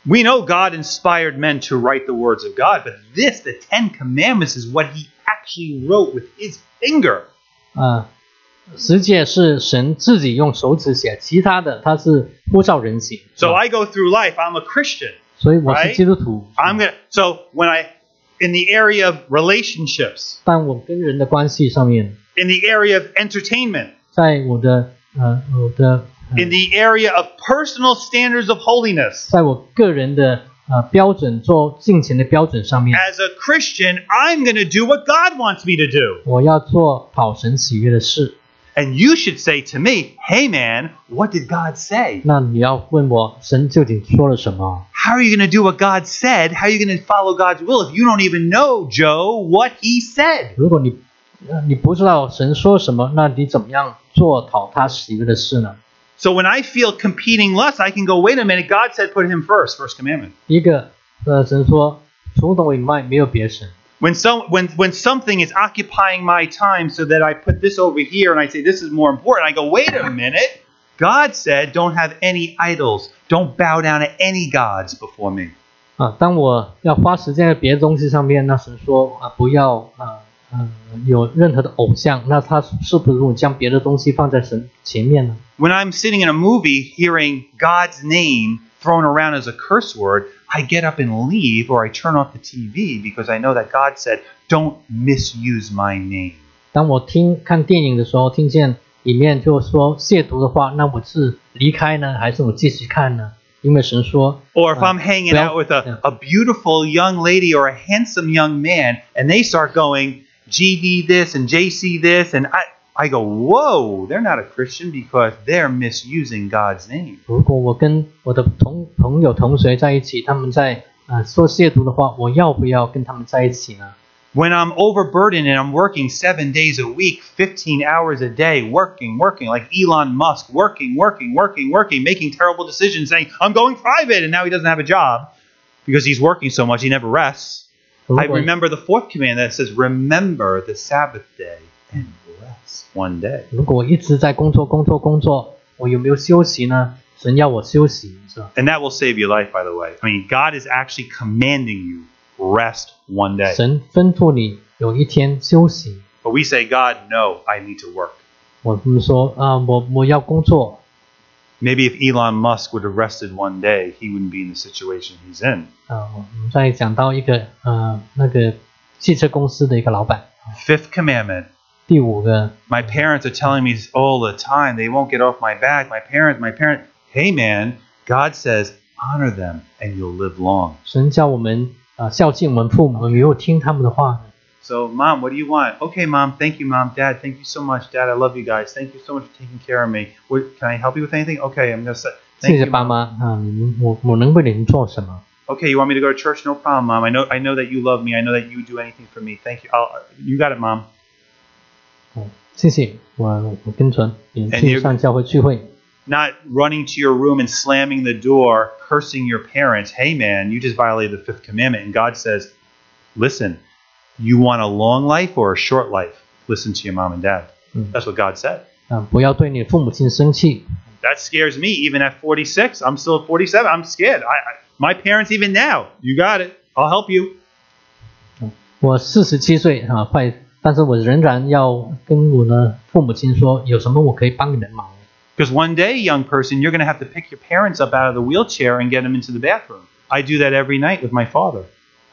Speaker 1: We know God inspired men to write the words of God, but this, the Ten Commandments, is what He actually wrote with His finger.
Speaker 2: 啊，十诫是神自己用手指写，其他的他是呼召人写。
Speaker 1: So I go through life. I'm a Christian.
Speaker 2: 所以我是
Speaker 1: Right?
Speaker 2: 基督徒
Speaker 1: I'm gonna. So when I, in the area of relationships,
Speaker 2: 但我跟人的关系上面，
Speaker 1: in the area of entertainment,
Speaker 2: 在我的呃我的，呃
Speaker 1: in the area of personal standards of holiness,
Speaker 2: 在我个人的呃标准做敬虔的标准上面，
Speaker 1: as a Christian, I'm gonna do what God wants me to do.
Speaker 2: 我要做讨神喜悦的事。
Speaker 1: And you should say to me, "Hey, man, what did God say?
Speaker 2: 那你要问我，神究竟说了什么？
Speaker 1: How are you gonna do what God said? How are you gonna follow God's will if you don't even know, Joe, what He said?"
Speaker 2: 如果你呃你不知道神说什么，那你怎么样做讨他喜悦的事呢？
Speaker 1: So when I feel competing lust, I can go, "Wait a minute, God said put Him first, first commandment."
Speaker 2: 一个，呃，神说，除我以外没有别神。
Speaker 1: When some when when something is occupying my time so that I put this over here and I say this is more important, I go, wait a minute. God said, don't have any idols. Don't bow down to any gods before me.
Speaker 2: 啊，当我要花时间在别的东西上面，那神说啊，不要啊，嗯、有任何的偶像，那他是不是将别的东西放在神前面呢？
Speaker 1: When I'm sitting in a movie hearing God's name thrown around as a curse word, I get up and leave or I turn off the TV because I know that God said, don't misuse my name.
Speaker 2: 当我听看电影的时候，听见里面就说亵渎的话，那我是离开呢，还是我继续看呢？因为神说，
Speaker 1: Or if I'm hanging
Speaker 2: well,
Speaker 1: out with a,
Speaker 2: yeah.
Speaker 1: a beautiful young lady or a handsome young man and they start going GD this and JC this, and I, I go, whoa, they're not a Christian because they're misusing God's name.
Speaker 2: 如果我跟我的同朋友同学在一起，他们在啊说亵渎的话，我要不要跟他们在一起呢？
Speaker 1: When I'm overburdened and I'm working seven days a week, 15 hours a day, working, working, like Elon Musk, working, working, working, working, making terrible decisions, saying, I'm going private, and now he doesn't have a job because he's working so much, he never rests.
Speaker 2: 如
Speaker 1: I
Speaker 2: 果
Speaker 1: remember the fourth command that says, Remember the Sabbath day and rest one day.
Speaker 2: 如果我一直在工作、工作、工作，我有没有休息呢？神要我休息，是吧？
Speaker 1: And that will save your life, by the way. I mean, God is actually commanding you, rest one day.
Speaker 2: 神吩咐你有一天休息。
Speaker 1: But we say, God, no, I need to work.
Speaker 2: 我们说啊，我我要工作。
Speaker 1: Maybe if Elon Musk would have rested one day, he wouldn't be in the situation he's in.
Speaker 2: 啊，我们再讲到一个呃，那个汽车公司的一个老板，
Speaker 1: Fifth commandment.
Speaker 2: 第五个，
Speaker 1: My parents are telling me all the time, they won't get off my back. My parents, my parents. Hey, man, God says, honor them and you'll live long.
Speaker 2: 神叫我们啊、孝敬我们父母，没有听他们的话呢。
Speaker 1: So, mom, what do you want? Okay, mom. Thank you, mom. Dad, thank you so much. Dad, I love you guys. Thank you so much for taking care of me. What, can I help you with anything? Okay, I'm gonna say.
Speaker 2: 谢
Speaker 1: Thank you.
Speaker 2: 谢爸妈啊，你们我我能为你们做什么？
Speaker 1: Okay, you want me to go to church? No problem, mom. I know. I know that you love me. I know that you would do anything for me. Thank you. I'll, you got it, mom.
Speaker 2: 嗯，谢谢我我跟着你们
Speaker 1: And
Speaker 2: 去
Speaker 1: you-
Speaker 2: 上教会聚会。
Speaker 1: Not running to your room and slamming the door, cursing your parents. Hey, man, you just violated the fifth commandment. And God says, listen, you want a long life or a short life? listen to your mom and dad.
Speaker 2: Mm.
Speaker 1: That's what God said.
Speaker 2: 啊，不要对你父母亲生气。
Speaker 1: That scares me even at 46. I'm still at 47. I'm scared. I, I, my parents, even now, you got it. I'll help you.
Speaker 2: 我四十七岁啊，快，但是我仍然要跟我的父母亲说，有什么我可以帮你们忙。
Speaker 1: Because one day, young person, you're going to have to pick your parents up out of the wheelchair and get them into the bathroom. I do that every night with my father.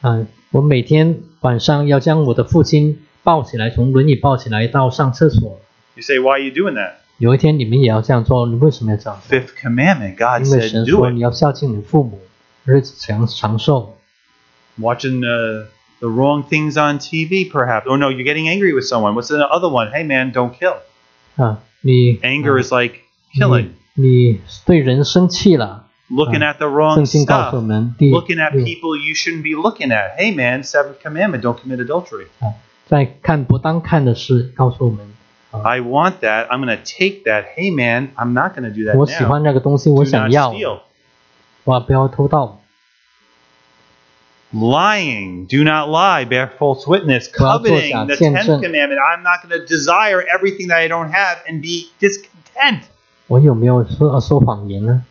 Speaker 2: 啊，我每天晚上要将我的父亲抱起来，从轮椅抱起来到上厕所。
Speaker 1: You say, why are you doing that?
Speaker 2: 有一天你们也要这样做，你为什么要这样做？
Speaker 1: Fifth commandment. God
Speaker 2: 因为
Speaker 1: said,
Speaker 2: 神
Speaker 1: do
Speaker 2: 说你
Speaker 1: it.
Speaker 2: 要孝敬你父母，日子长长寿。
Speaker 1: Watching uh, the wrong things on TV, perhaps. Or no, you're getting angry with someone. What's the other one? Hey, man, don't kill.
Speaker 2: 啊，你
Speaker 1: Anger
Speaker 2: 啊
Speaker 1: is like killing,
Speaker 2: 你你对人生气了。
Speaker 1: looking
Speaker 2: Ah.
Speaker 1: at the wrong
Speaker 2: 圣经告诉我
Speaker 1: stuff,
Speaker 2: 们，第
Speaker 1: looking at
Speaker 2: 六
Speaker 1: people you shouldn't be looking at. Hey, man, seventh commandment, don't commit adultery.
Speaker 2: 在看不当看的事，告诉我们，
Speaker 1: I want that. I'm going to take that. Hey, man, I'm not going to do that
Speaker 2: 我喜
Speaker 1: now.
Speaker 2: 欢那个东西，我
Speaker 1: Do
Speaker 2: 想
Speaker 1: not
Speaker 2: 要，
Speaker 1: steal.
Speaker 2: 哇，不要偷盗，
Speaker 1: Lying, do not lie, bear false witness,
Speaker 2: 不要作假，
Speaker 1: coveting, the
Speaker 2: 见证。
Speaker 1: tenth commandment. I'm not going to desire everything that I don't have and be discontent.
Speaker 2: 我有没有说呃说谎言呢？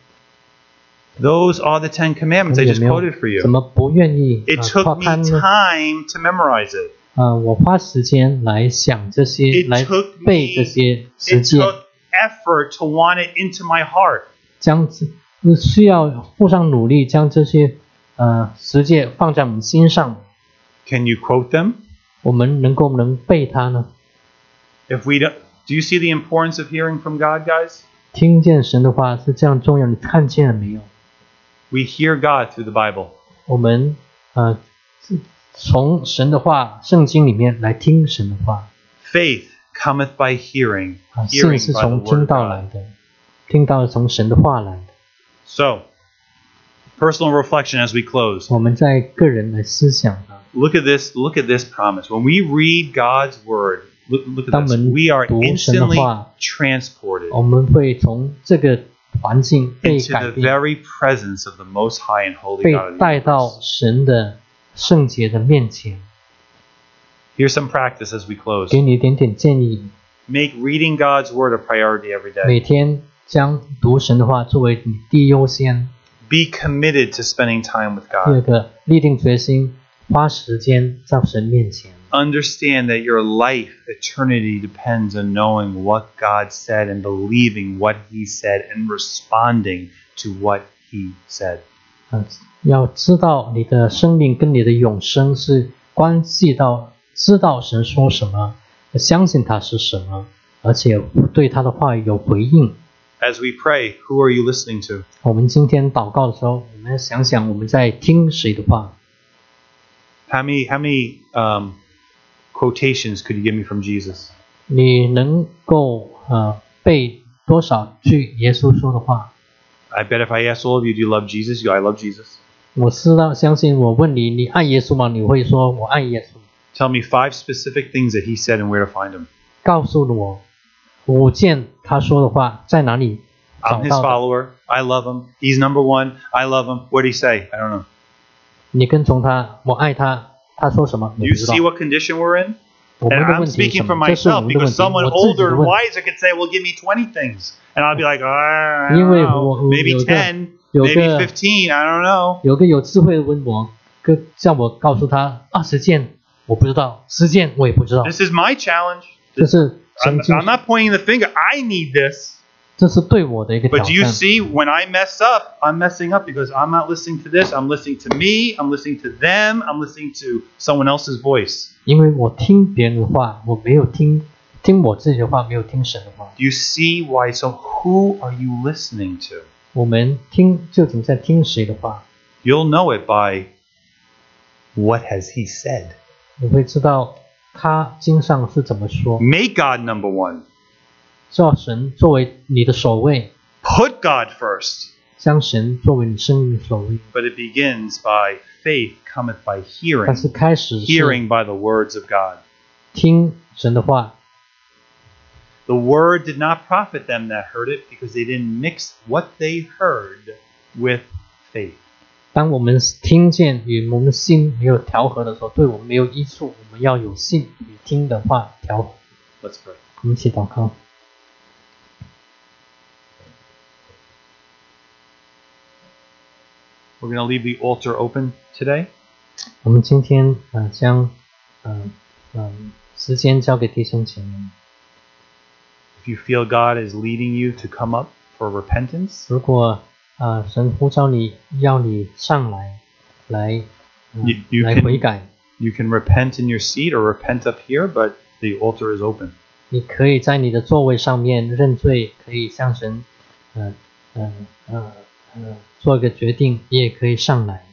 Speaker 1: Those are the Ten Commandments
Speaker 2: 我
Speaker 1: I
Speaker 2: 有
Speaker 1: just
Speaker 2: 没
Speaker 1: quoted for
Speaker 2: 有
Speaker 1: you.
Speaker 2: 怎么不愿意
Speaker 1: It
Speaker 2: 啊
Speaker 1: took
Speaker 2: 跨
Speaker 1: me
Speaker 2: 刊呢？
Speaker 1: time to memorize it.
Speaker 2: 啊，我花时间来想这些，
Speaker 1: It
Speaker 2: 来
Speaker 1: took
Speaker 2: 背这
Speaker 1: me
Speaker 2: 些实
Speaker 1: It
Speaker 2: 践，
Speaker 1: took effort to want it into my heart.
Speaker 2: 将这需要付上努力，将这些呃实践放在我们心上，
Speaker 1: Can you quote them?
Speaker 2: 我们能够不能背它呢？
Speaker 1: If we don't, do you see the importance of hearing from God, guys?
Speaker 2: 听见神的话是这样重要，你看见了没有？
Speaker 1: We hear God through the Bible.
Speaker 2: 我们呃从神的话、圣经里面来听神的话
Speaker 1: Faith cometh by hearing,
Speaker 2: 啊，信
Speaker 1: hearing
Speaker 2: 是
Speaker 1: by the
Speaker 2: 从
Speaker 1: word
Speaker 2: 听
Speaker 1: of
Speaker 2: 到来
Speaker 1: God.
Speaker 2: 的，听到是从神的话来的。
Speaker 1: So, personal reflection as we close.
Speaker 2: 我们在个人来思想啊，
Speaker 1: Look at this. Look at this promise. When we read God's word, look, look at this.
Speaker 2: 当我们
Speaker 1: We are
Speaker 2: 读神的话，
Speaker 1: instantly transported
Speaker 2: 我们会从这个环境被
Speaker 1: into
Speaker 2: 改
Speaker 1: the
Speaker 2: 变，
Speaker 1: very presence of the Most High and Holy
Speaker 2: 被
Speaker 1: God. of the
Speaker 2: 带到
Speaker 1: universe.
Speaker 2: 神的圣洁的面前。
Speaker 1: Here's some practice as we close.
Speaker 2: 给你一点点建议，
Speaker 1: Make reading God's word a priority every
Speaker 2: 每
Speaker 1: day.
Speaker 2: 天将读神的话作为你第一优先。
Speaker 1: Be committed to spending time with
Speaker 2: 第二
Speaker 1: God.
Speaker 2: 个，立定决心，花时间在神面前。
Speaker 1: Understand that your life, eternity depends on knowing what God said and believing what He said and responding to what He said.
Speaker 2: 嗯，要知道你的生命跟你的永生是关系到知道神说什么，相信他是什么，而且对他的话语有回应。
Speaker 1: As we pray, who are you listening to?
Speaker 2: 我们今天祷告的时候，我们要想想我们在听谁的话。
Speaker 1: How many how many um, quotations could you give me from Jesus?
Speaker 2: 你能够呃背多少句耶稣说的话？
Speaker 1: I bet if I asked all of you, do you love Jesus? You, I love Jesus.
Speaker 2: 我知道，相信我问你，你爱耶稣吗？你会说我爱耶稣。
Speaker 1: Tell me five specific things that He said and where to find them.
Speaker 2: 告诉我五件他说的话在哪里
Speaker 1: I'm
Speaker 2: 找
Speaker 1: his
Speaker 2: 到的？
Speaker 1: follower. I love him. He's number one. I love him. What did he say? I don't know.
Speaker 2: 你跟从他，我爱他，他说什么？
Speaker 1: Do
Speaker 2: 你
Speaker 1: you
Speaker 2: 不知道
Speaker 1: see。what condition we're in?
Speaker 2: 我
Speaker 1: And
Speaker 2: 们的
Speaker 1: I'm
Speaker 2: 问题是
Speaker 1: speaking
Speaker 2: 什
Speaker 1: for
Speaker 2: 么？这是我
Speaker 1: myself
Speaker 2: 们的问
Speaker 1: because
Speaker 2: 题，
Speaker 1: someone
Speaker 2: 我自己
Speaker 1: older
Speaker 2: 的
Speaker 1: and
Speaker 2: 问题。
Speaker 1: wiser could say, "Well, give me 20 things," and I'll be like, "Ah, I don't
Speaker 2: 因为我-
Speaker 1: know. maybe
Speaker 2: 有个-
Speaker 1: ten,
Speaker 2: 有个-
Speaker 1: maybe fifteen. I don't know."
Speaker 2: 有个有智慧的问我，跟像我告诉他二十件，我不知道；十件我也不知道。
Speaker 1: This is my challenge.
Speaker 2: 这是
Speaker 1: I'm,
Speaker 2: 神经
Speaker 1: I'm，not pointing the finger. I need this.
Speaker 2: 这是对我的一个挑
Speaker 1: But do you
Speaker 2: 战。
Speaker 1: see, when I mess up, I'm messing up because I'm not listening to this. I'm listening to me. I'm listening to them. I'm listening to someone else's voice.
Speaker 2: 因为我听别人的话，我没有听听我自己的话，没有听神的话。
Speaker 1: Do you see why? So, who are you listening to?
Speaker 2: 我们听究竟在听谁的话？
Speaker 1: You'll know it by what has he said.
Speaker 2: 你会知道他经上是怎么说。
Speaker 1: Make God number one.
Speaker 2: 叫神作为你的首位，
Speaker 1: Put God first.
Speaker 2: 将神作为你生命的首位。
Speaker 1: But it begins by faith cometh by
Speaker 2: 但
Speaker 1: hearing,
Speaker 2: 是开始是
Speaker 1: hearing by the words of God.
Speaker 2: 听神的话，
Speaker 1: The word did not profit them that heard it because they didn't mix what they heard with faith.
Speaker 2: 当我们听见与我们心没有调和的时候，对我们没有益处。我们要有信与听的话调和。
Speaker 1: Let's pray.
Speaker 2: 我们一起祷告。
Speaker 1: We're going to leave the altar open today.
Speaker 2: 我们今天呃将嗯嗯、呃时间交给弟兄姐妹。
Speaker 1: If you feel God is leading you to come up for repentance,
Speaker 2: 如果啊、呃神呼召你要你上来，来、呃
Speaker 1: You- you
Speaker 2: 来
Speaker 1: can-
Speaker 2: 悔改，
Speaker 1: you can repent in your seat or repent up here, but the altar is open.
Speaker 2: 你可以在你的座位上面认罪，可以向神呃呃呃呃做一个决定，你也可以上来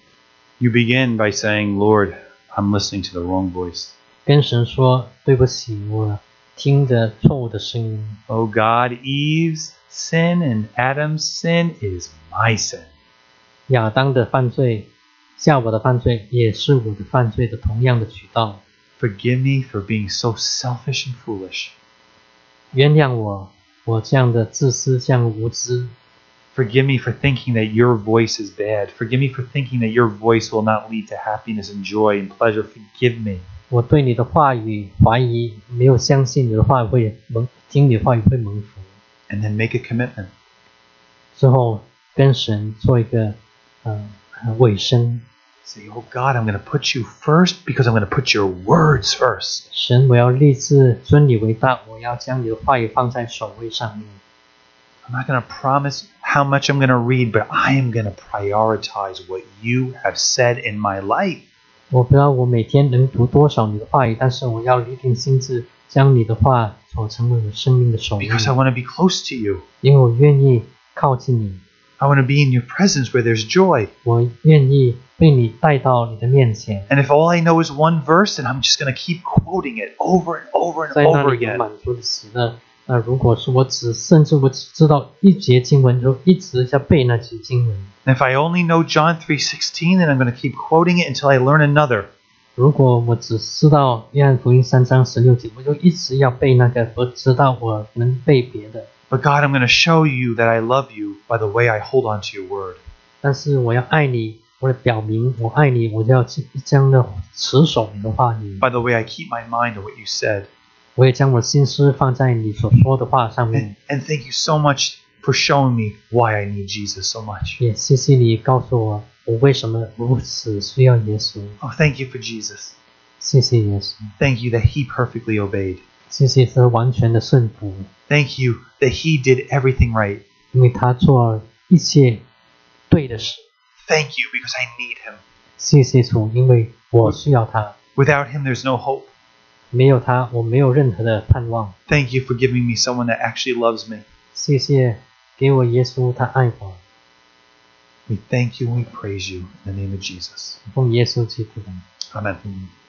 Speaker 1: You begin by saying, Lord, I'm listening to the wrong voice.
Speaker 2: 跟神说对不起，我听着错误的声音。
Speaker 1: Oh God, Eve's sin and Adam's sin is my sin.
Speaker 2: 亚当的犯罪，夏娃的犯罪，也是我的犯罪的同样的渠道。
Speaker 1: Forgive me for being so selfish and foolish.
Speaker 2: 原谅我，我这样的自私，这样的无知。
Speaker 1: Forgive me for thinking that your voice is bad. Forgive me for thinking that your voice will not lead to happiness and joy and pleasure. Forgive me.
Speaker 2: 我对你的话语怀疑，没有相信你的话语会蒙，听你的话语会蒙福。
Speaker 1: And then make a commitment.
Speaker 2: 之后跟神做一个呃呃尾声，
Speaker 1: Say, oh God, I'm going to put you first because I'm going to put your words first.
Speaker 2: 神，我要立志尊你为大，我要将你的话语放在首位上面。
Speaker 1: I'm not going to promise how much I'm going to read, but I am going to prioritize what you have said in my life.
Speaker 2: 我不知道我每天能读多少你的话语，但是我要立定心智，将你的话所成为我生命的首位，
Speaker 1: because I want to be close to you.
Speaker 2: 因为我愿意靠近你，
Speaker 1: I want to be in your presence where there's joy.
Speaker 2: 我愿意被你带到你的面前，
Speaker 1: And if all I know is one verse, then I'm just going to keep quoting it over and over and
Speaker 2: 在那
Speaker 1: over
Speaker 2: 里有
Speaker 1: again.
Speaker 2: 满足的喜乐。那如果是我只甚至我只知道一节经文，就一直在背那节经文。
Speaker 1: And if I only know John 3:16, then I'm going to keep quoting it until I learn another.
Speaker 2: 如果我只知道《约翰福音》三章十六节，我就一直要背那个，我知道我能背别的，
Speaker 1: But God, I'm going to show you that I love you by the way I hold on to your word.
Speaker 2: 但是我要爱你，我的表明我爱你，我就要去将的持守你的话语，
Speaker 1: By the way I keep my mind on what you said.
Speaker 2: 我也将我的心思放在你所说的话上
Speaker 1: And,
Speaker 2: 面。
Speaker 1: and thank you so much for showing me why I need Jesus so much.
Speaker 2: 也谢谢你告诉我，我为什么如此需要耶稣。
Speaker 1: Oh, thank you for Jesus.
Speaker 2: 谢谢耶稣，
Speaker 1: Thank you that he perfectly obeyed.
Speaker 2: 谢谢他完全的顺服，
Speaker 1: Thank you that he did everything right.
Speaker 2: 因为他做了一切对的事。
Speaker 1: Thank you because I need him.
Speaker 2: 谢谢主，因为我需要他。
Speaker 1: Without him, there's no hope.
Speaker 2: 没有他，我没有任何的盼望。
Speaker 1: Thank you for giving me someone that actually loves me.
Speaker 2: 谢谢给我耶稣，他爱我。
Speaker 1: We thank you and we praise you in the name of Jesus.
Speaker 2: 奉耶稣基督的名。
Speaker 1: Amen.